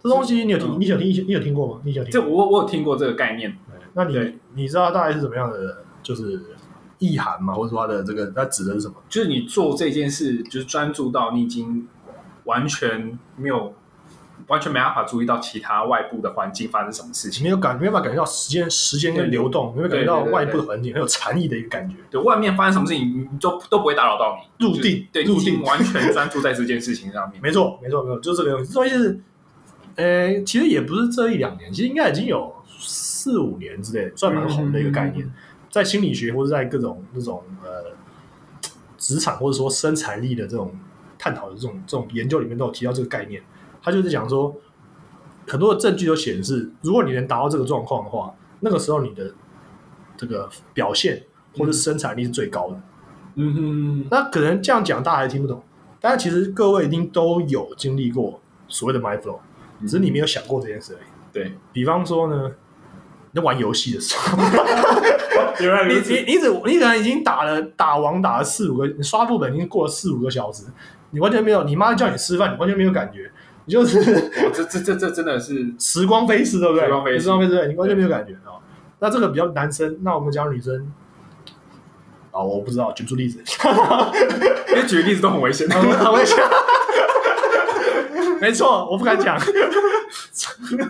这东西你有听？嗯你有听？你有听过吗？你有听这过？我我有听过这个概念，那你对你知道大概是怎么样的？就是意涵嘛，或者说它的这个它指的是什么？就是你做这件事，就是专注到你已经完全没有，完全没办法注意到其他外部的环境发生什么事情。没有感，没有办法感觉到时间时间跟对流动，没有感觉对到对对外部的环境，很有禅意的一个感觉。对外面发生什么事情，你都都不会打扰到你，入定就是对，入定已经完全专注在这件事情上面。没错，没错，没错，就是这个东西。这东西是，呃，其实也不是这一两年，其实应该已经有四五年之类，算蛮红的一个概念，嗯在心理学或者在各种那种呃职场或者说生产力的这种探讨的这种这种研究里面都有提到这个概念。他就是讲说，很多的证据都显示，如果你能达到这个状况的话，那个时候你的这个表现或者生产力是最高的。嗯哼，那可能这样讲大家还听不懂，但其实各位一定都有经历过所谓的 mind flow，只嗯是你没有想过这件事而已。对，比方说呢，你在玩游戏的时 候，原来你你你只你可能已经打了打王打了四五个，你刷副本已经过了四五个小时，你完全没有，你妈叫你吃饭，你完全没有感觉，你就是 哇这这这这真的是时光飞逝，对不对？时光飞逝时光飞逝，对你完全没有感觉啊。那这个比较男生，那我们讲女生。啊、我不知道，举不出例子，因为举个例子都很危险。很危险。 没错，我不敢讲。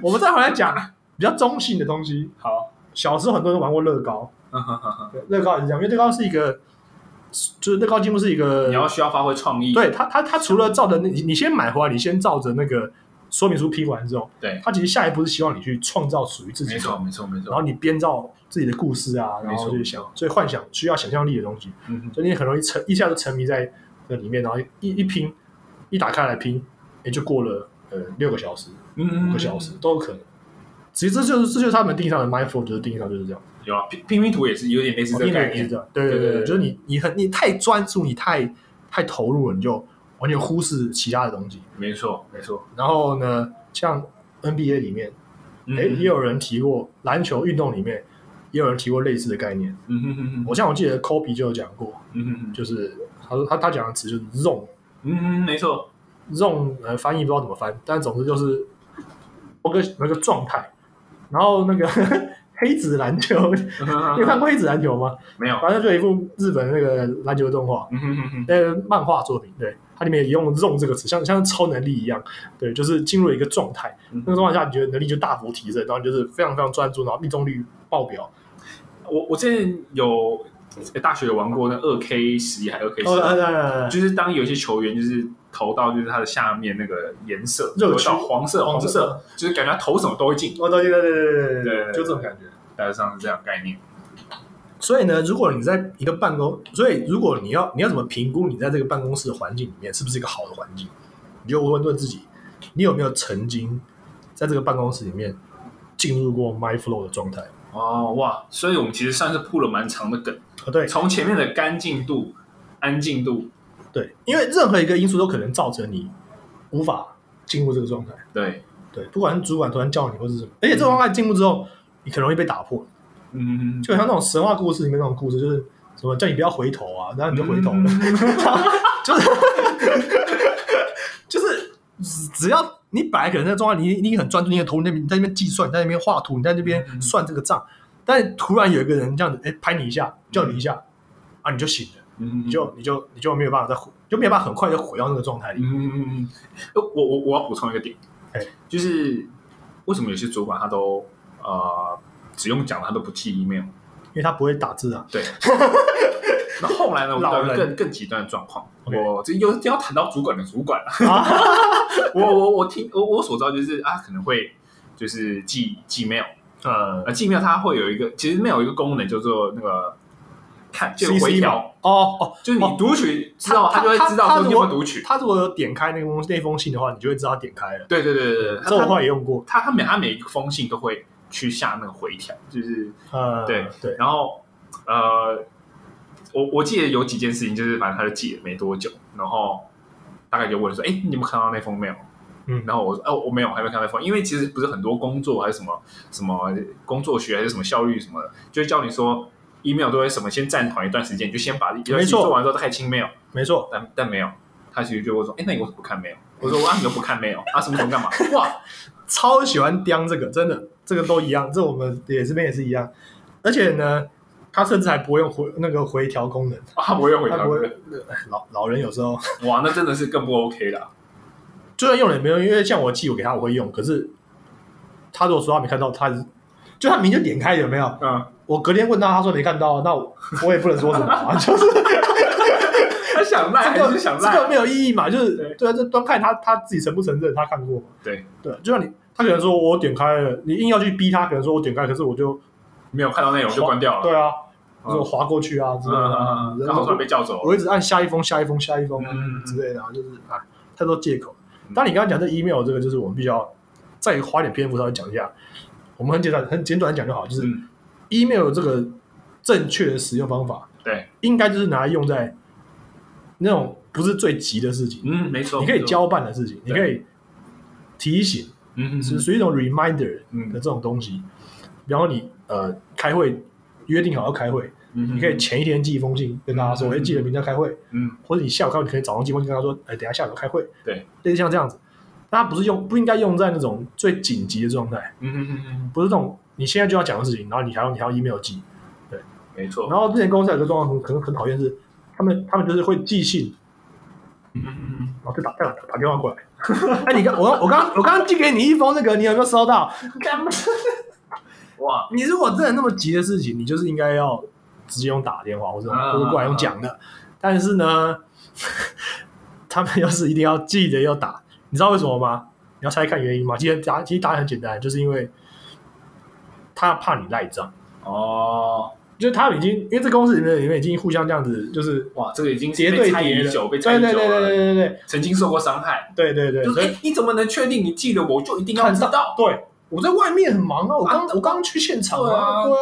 我们再回来讲比较中性的东西。好，小时候很多人玩过乐高，嗯哼哼哼乐高也是这样，因为乐高是一个，就是乐高积木是一个你，要需要发挥创意。对它它它除了照着那，你你先买回来，你先照着那个说明书拼完之后，对，它其实下一步是希望你去创造属于自己没的，错没错没然错。后你编造自己的故事啊，然没后错去想，所以幻想需要想象力的东西。嗯哼，所以你很容易沉一下就沉迷在那里面，然后一一拼，一打开来拼，也就过了呃六个小时、嗯五个小时、都有可能。其实这就是这就是他们定义上的 mindful，就是定义上就是这样，有啊，拼拼拼图也是有点类似这定个义上概也是念这。样。对对对对对对，对就是你你很你太专注，你太太投入了，你就完全忽视其他的东西。没错没错。然后呢，像 NBA 里面，嗯哎、也有人提过篮球运动里面也有人提过类似的概念。嗯哼哼哼我像我记得 Kobe 就有讲过，嗯哼哼就是他说他他讲的词就是 zone。嗯哼，没错。这种呃翻译不知道怎么翻，但总之就是某个某个状态。然后那个 黑子篮球，你有看过黑子篮球吗？没有。反正就一部日本那个篮球动画，嗯哼哼哼，呃，漫画作品，对，它里面也用 zone 这个词，像像超能力一样，对，就是进入一个状态，嗯那个状态下你觉得能力就大幅提升，然后你就是非常非常专注，然后命中率爆表，我我之前有诶大学有玩过那二 K 十一还二 K 哦，十，呃，就是当有一些球员就是投到就是他的下面那个颜色，热投区到黄色黄红色色，就是感觉他投什么都会进，我都记得，哦对对对对对，对就这种感觉。大致上是这样的概念。所以呢，如果你在一个办公，所以如果你要你要怎么评估你在这个办公室的环境里面是不是一个好的环境，你就问问自己，你有没有曾经在这个办公室里面进入过 my flow 的状态？哦哇，所以我们其实算是铺了蛮长的梗，啊，对从前面的干净度、安静度，对，因为任何一个因素都可能造成你无法进入这个状态。对，对，不管是主管突然叫你，或是什么，而且这个状态进入之后，你很容易被打破，嗯，就很像那种神话故事里面那种故事，就是什么叫你不要回头啊，然后你就回头了。就是 就是只只要你本来可能在状态，你你很专注，你很投入那边，你在那边计算，你在那边画图，你在那边嗯算这个账，但突然有一个人这样子，哎、拍你一下，叫你一下，啊，你就醒了，嗯，你就你就你就没有办法再回，就没有办法很快就回到那个状态里。嗯，呃我我我要补充一个点，哎就是为什么有些主管他都呃只用讲的他都不寄 email？因为他不会打字 啊，对。那后来呢，我们到老了人更更极端的状况， OK 我这又要谈到主管的主管了。啊，我我我听我我所知道就是啊，可能会就是寄寄 mail，呃呃，寄 mail 它会有一个其实 mail 有一个功能叫做那个看就，CC 回嘛调，哦哦，就是哦你读取知道，他它就会他知道他说如你有果没有读取。他如果有点开那封那封信的话，你就会知道他点开了。对对对对对，这我它后来也用过，呃他他每他每一封信都会去下那个回调，就是呃，对对，然后呃，我我记得有几件事情，就是反正他就寄了没多久，然后大概就问说，哎，你有没有看到那封 mail？嗯，然后我说，哦，我没有，还没看到那封，因为其实不是很多工作还是什么什么工作学还是什么效率什么的，就会叫你说 email 都会什么先暂缓一段时间，你就先把一件事没情错做完之后再开始清 mail，没错，但但没有，他其实就会说，哎，那你为什么不看 mail？我说，哇，你都不看 mail 啊，什么什么干嘛？哇，超喜欢刁这个，真的，这个都一样，这我们也这边也是一样。而且呢，他甚至还不会用回那个回调功能，啊，不会回他答不会。呃老老人有时候哇，那真的是更不 OK 了。就算用了也没用，因为像我寄我给他我会用，可是他如果说他没看到，他就他明天点开有没有？嗯，我隔天问他，他说没看到，啊那我我也不能说什么、 啊，就是他想赖还是想这个赖？没有意义嘛，就是对对啊，这端看他他自己承不承认，他看过嘛，对，对，就像你，他可能说我点开了，你硬要去逼他，可能说我点开，可是我就没有看到内容就关掉了。对啊，嗯我就划过去啊之嗯类的嗯啊，嗯，然然后后突然被叫走了。我一直按下一封、下一封、下一封嗯嗯嗯之类的啊，就是啊，太多借口嗯。当你刚刚讲这 email 这个，就是我们必须要再花点篇幅稍微讲一下，我们很简单、很简短地讲就好，就是嗯， email 这个正确的使用方法，对，应该就是拿来用在那种不是最急的事情，嗯，没错，你可以没错，交办的事情，你可以提醒，嗯嗯是属于一种 reminder 嗯的这种东西。比方说你呃开会约定好要开会，嗯，你可以前一天寄一封信跟大家说，嗯哎，记得明天要开会，嗯，或者你下午开会，你可以早上寄封信跟他说，哎，等一下下午开会，对，类似像这样子。但它不是用不应该用在那种最紧急的状态，嗯嗯嗯嗯，不是那种你现在就要讲的事情，然后你还要你还要 email 寄，没错。然后之前公司有个状况很很很讨厌是，他们他们就是会寄信，嗯嗯嗯，然后就打打打电话过来。 哎，你看我我刚我刚寄给你一封那个，你有没有收到？干嘛？哇，你如果真的那么急的事情，你就是应该要直接用打电话或者啊或者过来用讲的。但是呢， 他们要是一定要记得要打，你知道为什么吗？你要猜看原因吗？其实答其实答案很简单，就是因为他怕你赖账，哦，就是他们已经因为这公司里面里面已经互相这样子就是哇，这个已经叠是对被猜叠疑的，久，被对对猜疑对久对对了，对对曾经受过伤害。对对对，就是所以哎，你怎么能确定你记了我就一定要看知道？对我在外面很忙啊，我刚啊我刚去现场啊，对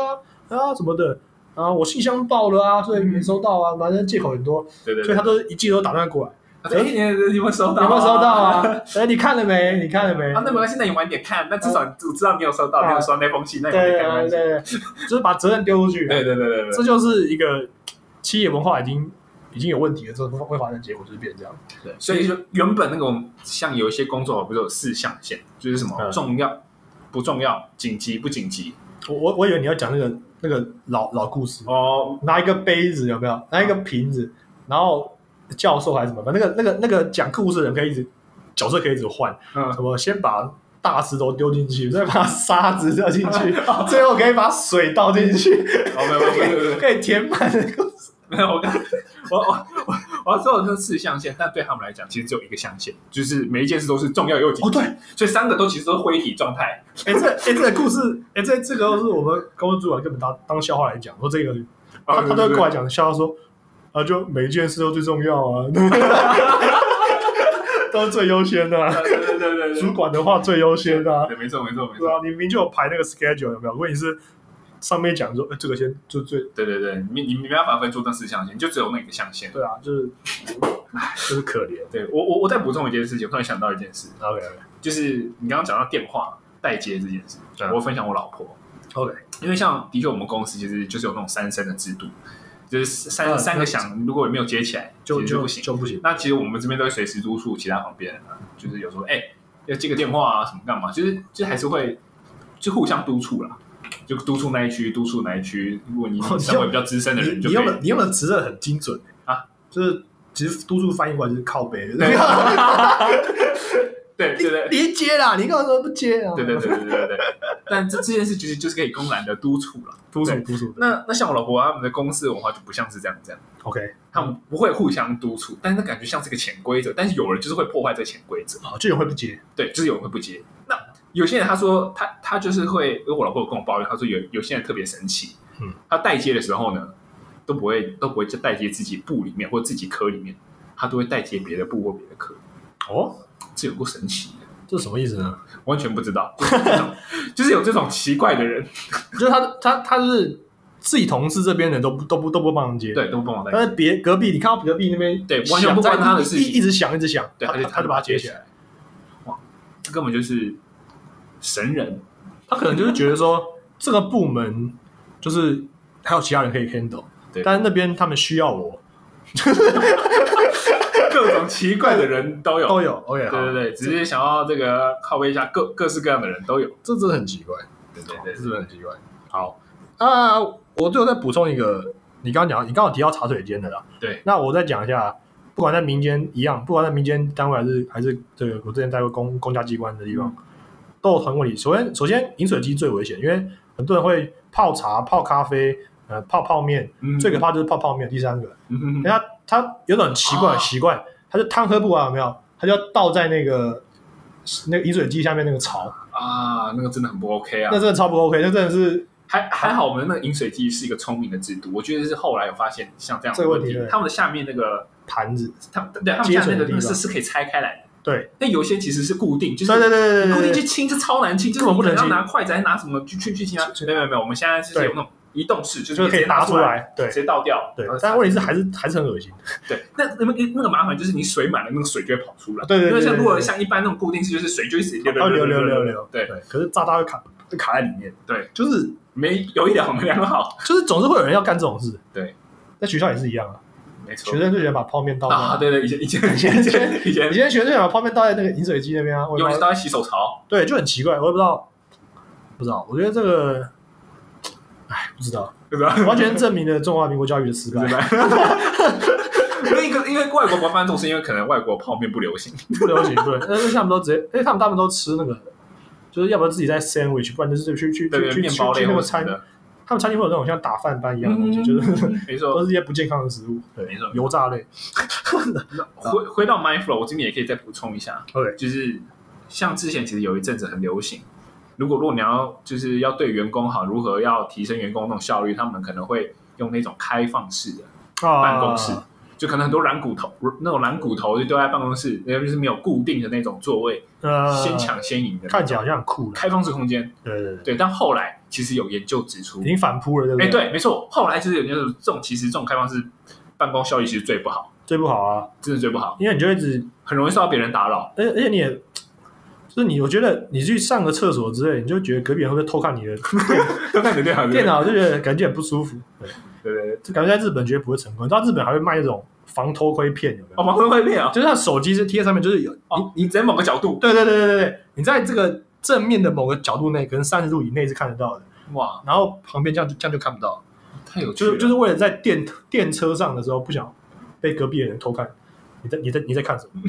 对啊啊什么的啊，我信箱爆了啊，所以没收到啊，反正借口很多，对嗯对所以对他，都一寄都打电话过来，他说哎，你有没有收到？有没有收到？啊？哎，你看了没？你看了没啊，？那没关系，那你晚点看，那至少我知道你有收到，啊你有收到那封信，那你晚对点看啊没关对系。对，就是把责任丢出去，啊对对对对这对，就是一个企业文化已经已经有问题了，之后会发生结果就是变这样。对所以就原本那种像有一些工作不是有四象限，就是什么嗯重要、不重要、紧急不紧急我我我以为你要讲那个那个老老故事，哦，拿一个杯子有没有？拿一个瓶子，然后教授还是什么，反正那个那个那个讲故事的人可以一直角色可以一直换，嗯，什么先把大石头丢进去，再把沙子丢进 去，最后可以把水倒进去，哦，没有没有没有没有可以填满那个。没有，我刚我我我我要说的是四象限，但对他们来讲其实只有一个象限，就是每一件事都是重要又哦，紧急，对，所以三个都其实都是灰体状态。哎，这哎这个故事，哎这这个是我们高中主管根本当当笑话来讲，说这个他他都会过来讲笑话说，啊就每一件事都最重要 啊，都是最优先的啊、对对对对对主管的话最优先的啊、对，没错没错没对错，啊，你明明就有排那个 schedule 有没有？问题是上面讲说，哎、这个先就最对对对，你你你没办法分出那四象限，你就只有那个象限。对啊， 就是唉就是可怜。对我我我再补充一件事情，我突然想到一件事， OK 就是你刚刚讲到电话代接这件事，嗯我分享我老婆， OK 因为像的确我们公司其实就是有那种三声的制度，就是三、嗯三个响，如果没有接起来，就其实就就不行。就不行。那其实我们这边都会随时督促其他旁边人啊，就是有时候哎、要接个电话啊什么干嘛，就是就还是会就互相督促啦，就督促那一区，督促那一区。如果你哦你身为比较资深的人，你就你可用以的你用的词是很精准啊，就是其实督促翻译过来就是靠背， 就是对对对对。别接啦，你干嘛说不接啊？对对对对对对，但这这件事其实就是可以公然的督促了。 督促对督促。那那像我老婆他们的公司文化就不像是这样这样， OK，他们不会互相督促，但是感觉像是个潜规则，但是有人就是会破坏这个潜规则。好，这人会不接，对，就是有人会不接。那有些人他说他他就是会，因为我老婆有跟我抱怨，他说有有些人特别神奇，嗯，他代接的时候呢，都不会都不会就代接自己部里面或自己科里面，他都会代接别的部或别的科，哦，这有够神奇的，这什么意思呢？ 完全不知道， 就是这种就是有这种奇怪的人，就是他他他是自己同事这边的都不都不都不帮忙接，。对，都不帮忙代接但是别隔壁，你看到隔壁那边对完全不关他的事情一一直响一直响，对，他他就他就把它接起来。来。哇，这根本就是神人。他可能就是觉得说这个部门就是还有其他人可以 handle，对但是那边他们需要我，各种奇怪的人都有，都有。OK，好对对对，只是想要这个靠背一下各各式各样的人都有。这真的很奇怪，对对这对，真的很奇怪。好啊，我最后再补充一个，你刚刚讲，你刚好提到茶水间的啦。对，那我再讲一下，不管在民间一样，不管在民间单位还是还是这个我之前待过公公家机关的地嗯方，都有同样问题。首先，首先饮水机最危险，因为很多人会泡茶、泡咖啡、呃泡泡面，嗯最可怕就是泡泡面。第三个，嗯啊哼哼人家他有种很奇怪的习惯，他就汤喝不完，有没有？他就要倒在那个那个饮水机下面那个槽，啊，那个真的很不 OK 啊那。真的超不 OK，那真的是还还好，我们那个饮水机是一个聪明的制度，我觉得是后来有发现像这样这的个问问题题对，他们的下面那个，盘子。他们对他们接下面那水的个地那方个是是可以拆开来的，对，但有些其实是固定，就是对对对对固对定去对，清，这超难清，就是根本不你能要清拿筷子还是拿什么去去去清啊？没有没有没有，我们现在就是有那种移动式，就是就是可直以接拿拿出来，来。对直接倒掉。对然后，但问题是还是还是很恶心。对，那那么那个麻烦就是你水满了，那个水就会跑出来。对对对因为像对对如果像一般那种固定式，就是水就一直流它流流流流流流。流，对，可是炸弹会卡会卡在里面，对，就是没有一两没两好，就是总是会有人要干这种事，对，在学校也是一样啊，没错学。生就喜欢把泡面倒啊，在，对对，以前以前以前以前以以前，前学生喜欢把泡面倒在那个饮水机那边啊，我也尤不其知是道当洗手槽，对，就很奇怪，我也不知道，不知道，我觉得这个，哎，不知 道，对吧？完全证明了中华民国教育的 失败，因为一个因为外国国发生这种事，因为可能外国泡面不流行，不流行，对，但是他们都直接，因为他们大部分都吃那个，就是要不然自己在 sandwich，不然就是去去去对对，去去面包类去那或个什么餐，的，嗯他们餐厅会有那种像打饭班一样的东西，就是。没都错。是一些不健康的食物，对没错油炸类。回回到 mindful，我这边也可以再补充一下， OK，就是像之前其实有一阵子很流行，如果如果你要就是要对员工好，如何要提升员工那种效率，他们可能会用那种开放式的 啊办公室，就可能很多软骨头那种软骨头就丢在办公室，然后就是没有固定的那种座位，呃，先抢先赢的那种，看起来好像很酷了。开放式空间。对对对，对，但后来其实有研究指出已，经反扑了，对不哎，对？，对，没错，后来就是有研究指出，这种其实这种开放式办公效益其实最不好，最不好啊，真的最不好，因为你就一直，很容易受到别人打扰。而且而且你也，就是你，我觉得你去上个厕所之类，你就觉得隔壁人会不会偷看你的 都看你的电脑，电，脑，就觉得感觉很不舒服。对，对对对，就感觉在日本绝对不会成功，你知道日本还会卖那种防偷窥片，有没哦，有？盲婚会变啊，就是它手机是贴上面，就是有哦，你在某个角度，对对对对对对，你在这个正面的某个角度内，可能三十度以内是看得到的，哇，然后旁边这样就这样就看不到。太有趣就了，是就是为了在电电车上的时候不想被隔壁的人偷看，你在你在你在看什么？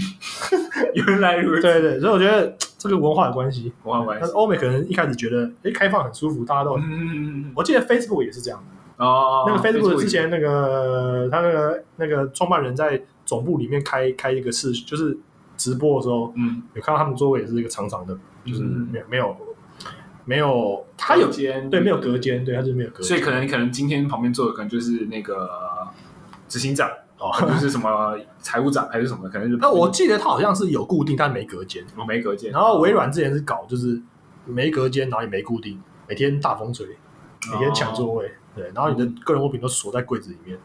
原来如对此，对对，所以我觉得嘖这个文化有关系。我好关但系是，欧美可能一开始觉得，哎，开放很舒服，大家都嗯。嗯嗯嗯我记得 Facebook 也是这样，哦，那个 Facebook 之也前那个他那个那个创办人在总部里面开开一个视，就是直播的时候，嗯，有看到他们座位也是一个长长的，就是嗯没有没有没有，他有间对没有，隔间，对他就是没有隔间，所以可能可能今天旁边坐的可能就是那个执行长，哦，就是什么财务长还是什么，可能是那我记得他好像是有固定，但没隔间。我没隔间，哦然后微软之前是搞就是没隔间，然后也没固定，每天大风吹，每天抢哦座位，对，然后你的个人物品都锁在柜子里面，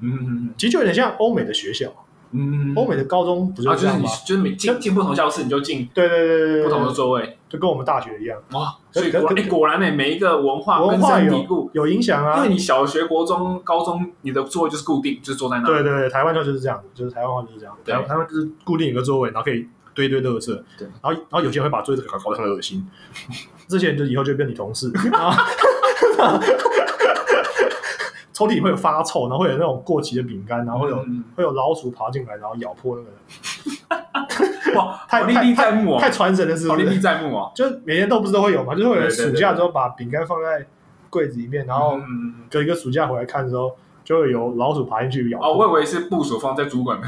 嗯嗯其实就有点像欧美的学校，嗯嗯，欧美的高中不是啊，这就是样你吗？就是你进进不同教室，你就进对对对对对，不同的对座位就跟我们大学一样，哇，可所以果可然、诶果然呢、每一个文化文根化深有蒂固，有影响因啊为。你小学、国中、高中，你的座位就是固定，就是坐在那。对对对，台湾话就是这样子，就是台湾话就是这样，对台湾台湾就是固定一个座位，然后可以堆一堆乐色，对然后然后有些人会把桌子搞搞得很恶心， 这些人就以后就变你同事，然后抽屉里会有发臭，然后会有那种过期的饼干，然后会有、嗯会有老鼠爬进来，然后咬破那个，哇， 太好历历在目哦太，传神了，是好不历历是？在目哦。就是每天都不是都会有嘛，就是会有人对对暑对假之后把饼干放在柜子里面，然后嗯，隔一个暑假回来看的时候，就会有老鼠爬进去咬破。哦，我以为是部署放在主管的，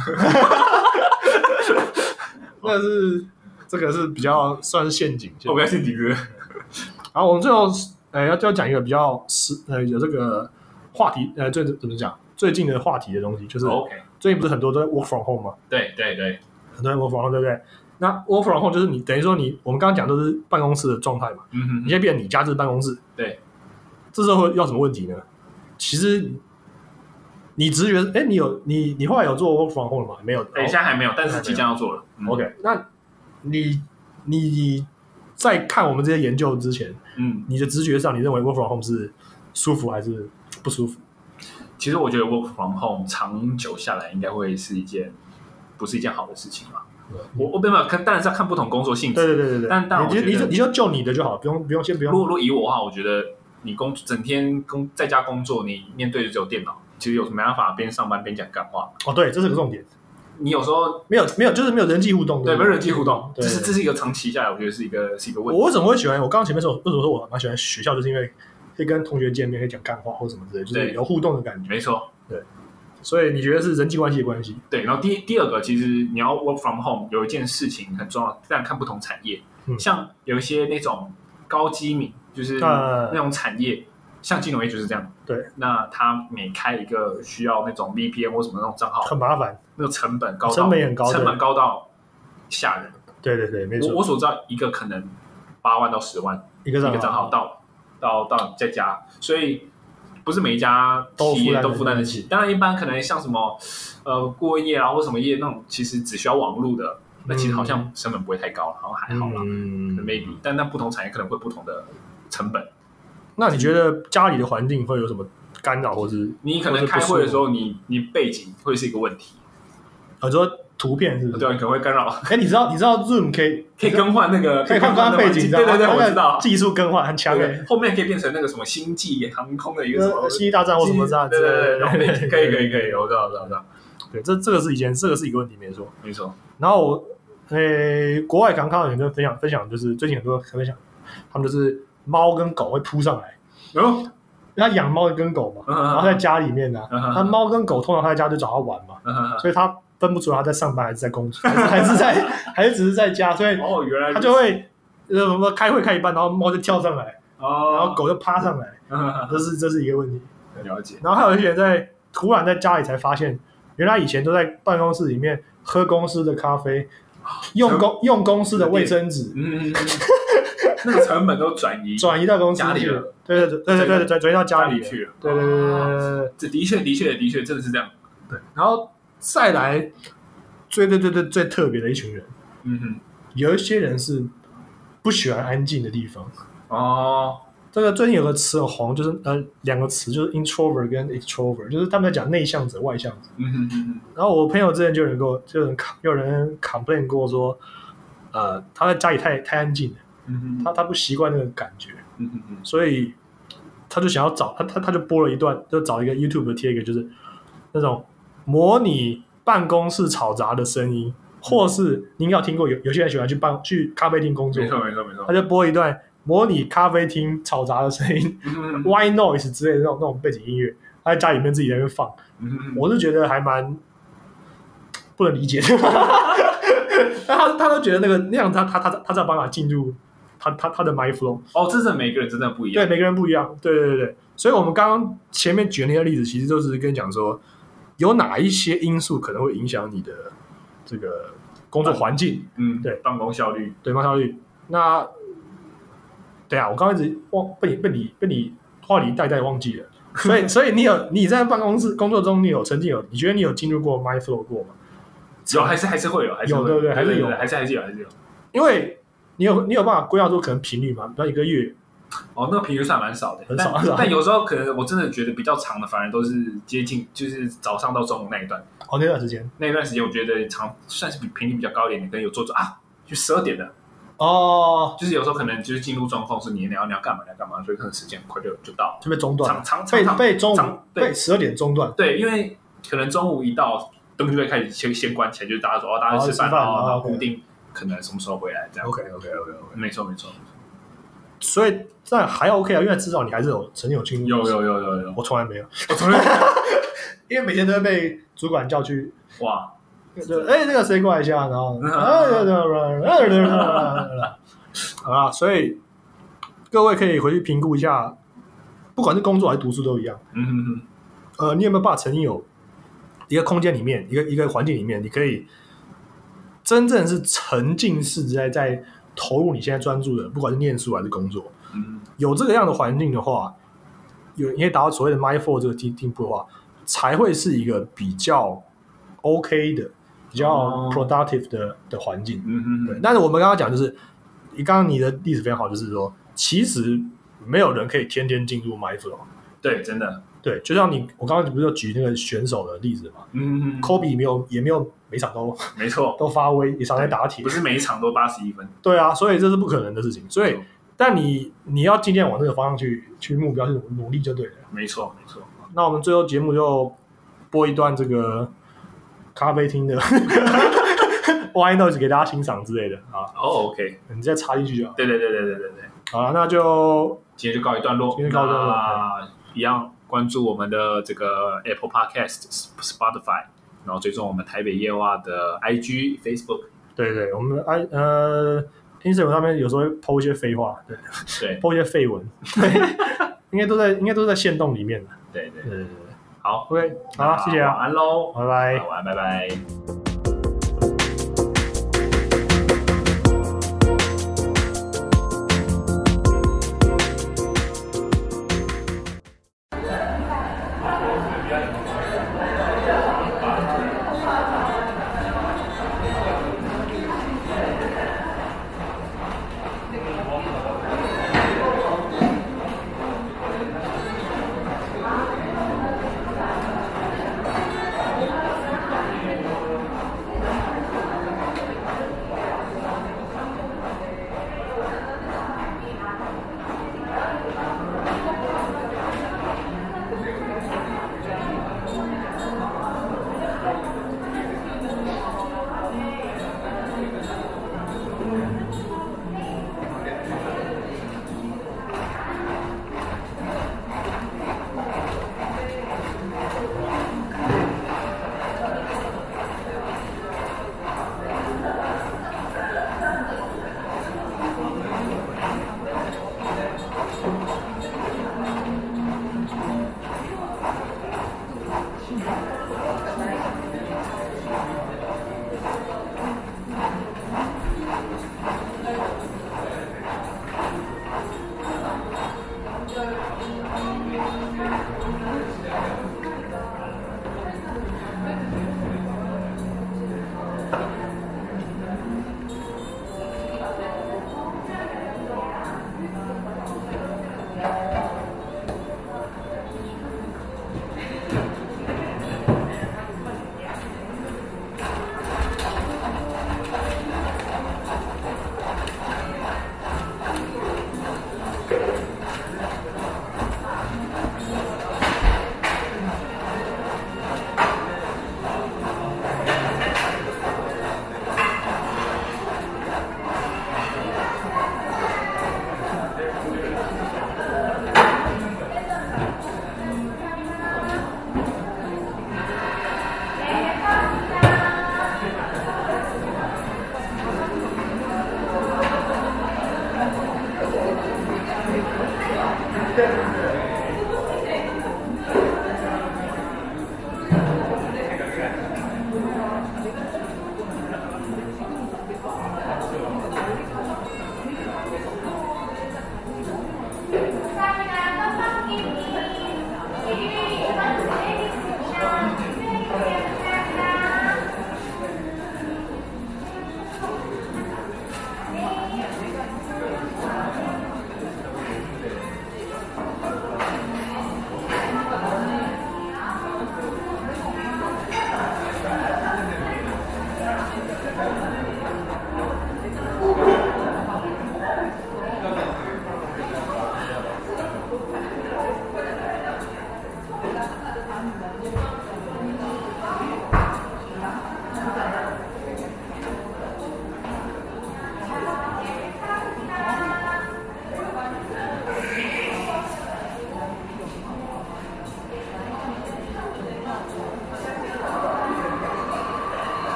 那是这个是比较算是陷阱。我不要信你哥。然后我们最后呃要要讲一个比较是呃有这个话题呃最怎么讲最近的话题的东西，就是、哦 OK，最近不是很多都在 work from home 吗？对对对，很多人 work from home 对不对？那 work from home 就是你等于说你我们刚刚讲都是办公室的状态嘛，嗯你哼，现在变成你家就是办公室，对，这时候会要什么问题呢？其实你直觉哎，你有你你后来有做 work from home 了吗？没有，哎，现在还哦没有，但是即将要做了。嗯 OK，那你你你在看我们这些研究之前，嗯，你的直觉上，你认为 work from home 是舒服还是不舒服？其实我觉得 work from home 长久下来应该会是一件不是一件好的事情嘛。我我没有看，当然是要看不同工作性质对。对对对对，但但我你就觉得你就你就就你的就好，不用不用先不如果用。如果以我的话，我觉得你工整天工在家工作，你面对的只有电脑，其实有没办法边上班边讲干话。哦，对，这是个重点，你有时候没有没有就是没有人际互动，对不没有人际互动，这对是这是一个长期下来，我觉得是一个是一个问题。我为什么会喜欢？我刚刚前面说，为什么说我蛮喜欢学校，就是因为可以跟同学见面，可以讲干话或什么之类，就是对有互动的感觉。没错，所以你觉得是人际关系的关系？对。然后第第二个，其实你要 work from home 有一件事情很重要，但看不同产业，嗯像有一些那种高机敏，就是呃那种产业，像金融业就是这样。对，那他每开一个需要那种 VPN 或什么那种账号，很麻烦。那个成本高到，成本也很高对成本高到吓人。对对对，没我我错，所知道一个可能八万到十万一个一账个账号到到到再加，所以不是每一家都企业负担得都负担得起。当然，一般可能像什么呃顾问业啊或什么业那种，其实只需要网络的，那其实好像成本不会太高，好像还好啦、嗯 maybe。但那不同产业可能会不同的成本。那你觉得家里的环境会有什么干扰，或是你可能开会的时候，你你背景会是一个问题，我说图片是不是？对，可能会干扰，哎，你知道你知道 Zoom 可以可以更换那个，可以换更刚刚换那个背环景，境你对对对，吗我知道那个。技术更换很强哎对，。后面可以变成那个什么星际航空的一个什么呃，星际大战或什么战之对类的，对 对，然后可以可以可以可以。以，我知道我知道我知道，对，这这个是一件，这个是一个问题，没错。没错，然后我，诶、国外刚看到有人分享分享，就是最近很多人分享，他们就是猫跟狗会扑上来，然后他养猫跟狗嘛，嗯嗯嗯然后在家里面呢、嗯嗯嗯那猫跟狗通常他在家就找他玩嘛，所以他分不出来他在上班还是在工作，还是还是在还是只是在家，所以哦原来他就会呃什么开会开一半，然后猫就跳上来，哦，然后狗就趴上来，这是这是一个问题。 了解，然后还有一些人在突然在家里才发现，原来以前都在办公室里面喝公司的咖啡，用公用公司的卫生纸嗯， 那个成本都转移转移到公司家里去了，对对对对对对，转转移到家家里里了，去了，对对对对对对哦，对对。这的确的确的确真的是这样，然后再来最最最最最特别的一群人，嗯有一些人是不喜欢安静的地方。哼，哦，这个最近有个词很红，就是呃两个词，就是 introvert 跟 extrovert，就是他们在讲内向者、外向者。嗯哼嗯然后我朋友之前就有人跟我，就有人 com- 有人 complain 过说，呃，他在家里太太安静了，哼嗯他他不习惯那个感觉，嗯哼嗯所以他就想要找他他他就播了一段，就找一个 YouTube 的贴一个，就是那种模拟办公室嘈杂的声音，或是您要听过有有些人喜欢去办去咖啡厅工哼，作没，错没错没错他，就播一段模拟咖啡厅嘈杂的声音嗯哼嗯哼，white noise 之类的那种那种背景音乐，他在家里面自己在那边放。嗯哼嗯哼我是觉得还蛮不能理解的。 但他他都觉得那个那样他，他他他他才有办法进入他他他的 my flow。哦，这是每个人真的不一对，样，每个人不一样。对对对对，所以我们刚刚前面举的那些例子，其实都是跟你讲说，有哪一些因素可能会影响你的这个工作环境，嗯，对办公效率，对吗？效率。那对啊，我刚刚一直忘被你被你被你话里带带忘记了。所 以，所以你有你在办公室工作中，你有曾经有，你觉得你有进入过 my flow 过吗？有还是还是会有，还是会有对对还是有还是还是有还是有。因为你有你有办法规划出可能频率嘛，比方一个月，哦，那个频率算蛮少的，很少很但少但有时候可能我真的觉得比较长的，反而都是接近就是早上到中午那一段，哦那段时间那一段时间我觉得长算是比频率比较高一点的，可能有做做啊，就十二点了，哦就是有时候可能就是进入状况是你你要你要干嘛你要干嘛，所以可能时间很快就就到了，就被中断长了，长被长被中午长对被十二点中断，对，因为可能中午一到灯就会开始先先关起来，就是大家说哦大家去吃哦饭吃饭哦，然哦后，OK 固定可能什么时候回来这样。 OK OK OK OK，没错没错，所以但还 OK 啊，因为至少你还是有曾经有进入，有有有有有，我从来没有，我从来因为每天都会被主管叫去，哇，就哎那个谁过来一下，然后啊 好啦，所以各位可以回去评估一下，不管是工作还是读书都一样。嗯哼哼，呃，你有没有办法曾经有一个空间里面，一个一个环境里面，你可以真正是沉浸式在在投入你现在专注的，不管是念书还是工作，嗯有这个样的环境的话，有你可以达到所谓的 mindful 这个进进步的话，才会是一个比较 OK 的、比较哦 productive 的、的环境。嗯哼对哼，，但是我们刚刚讲就是，你刚刚你的例子非常好，就是说，其实没有人可以天天进入 mindful。对，真的，对，就像你我刚刚不是有举那个选手的例子嘛，嗯，科比没有也没有每场都没错，都发威，也常在打铁不。是每一场都八十一分，对啊，所以这是不可能的事情。所以，但你你要尽量往这个方向去去目标去努努力就对了。没错没错，那我们最后节目就播一段这个咖啡厅的 wine noise 给大家欣赏之类的啊，哦，OK，你再插进去就好。对对对对对对对，好了，那就今天就告一段落，今天告一段落那一样关注我们的这个 Apple Podcast、Spotify，然后追踪我们台北夜话的 IG、Facebook，对对，我们 i 呃 Instagram 上面有时候会 PO 一些废话，对对，PO 一些废文，应该都在应该都在线动里面的。对对，对对对好， ，OK，好，谢谢那啊晚，安喽，拜拜。晚安，拜拜。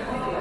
Thank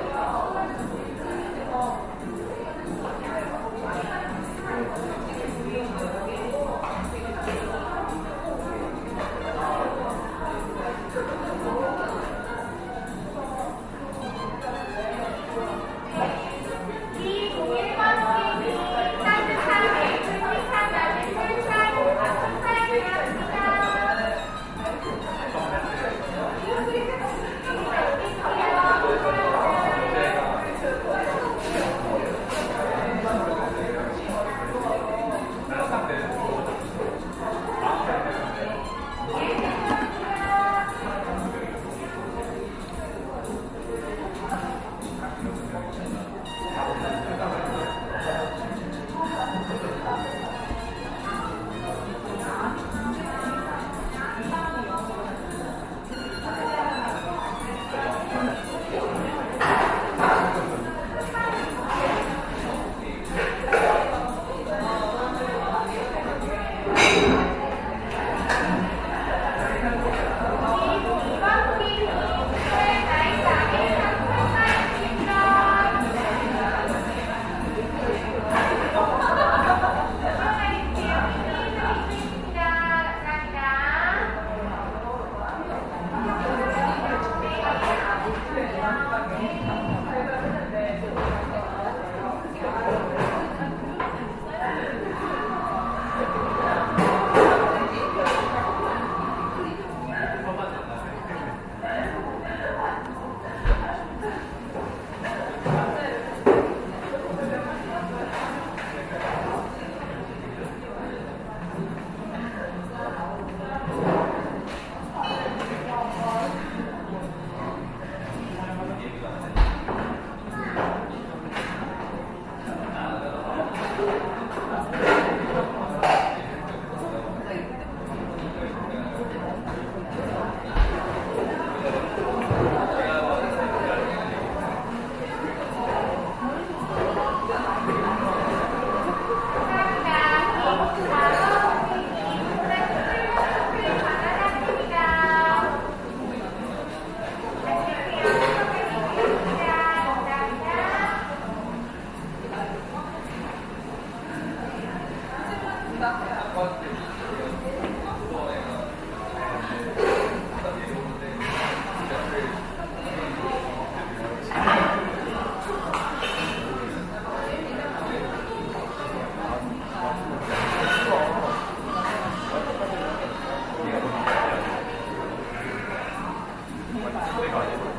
最高点。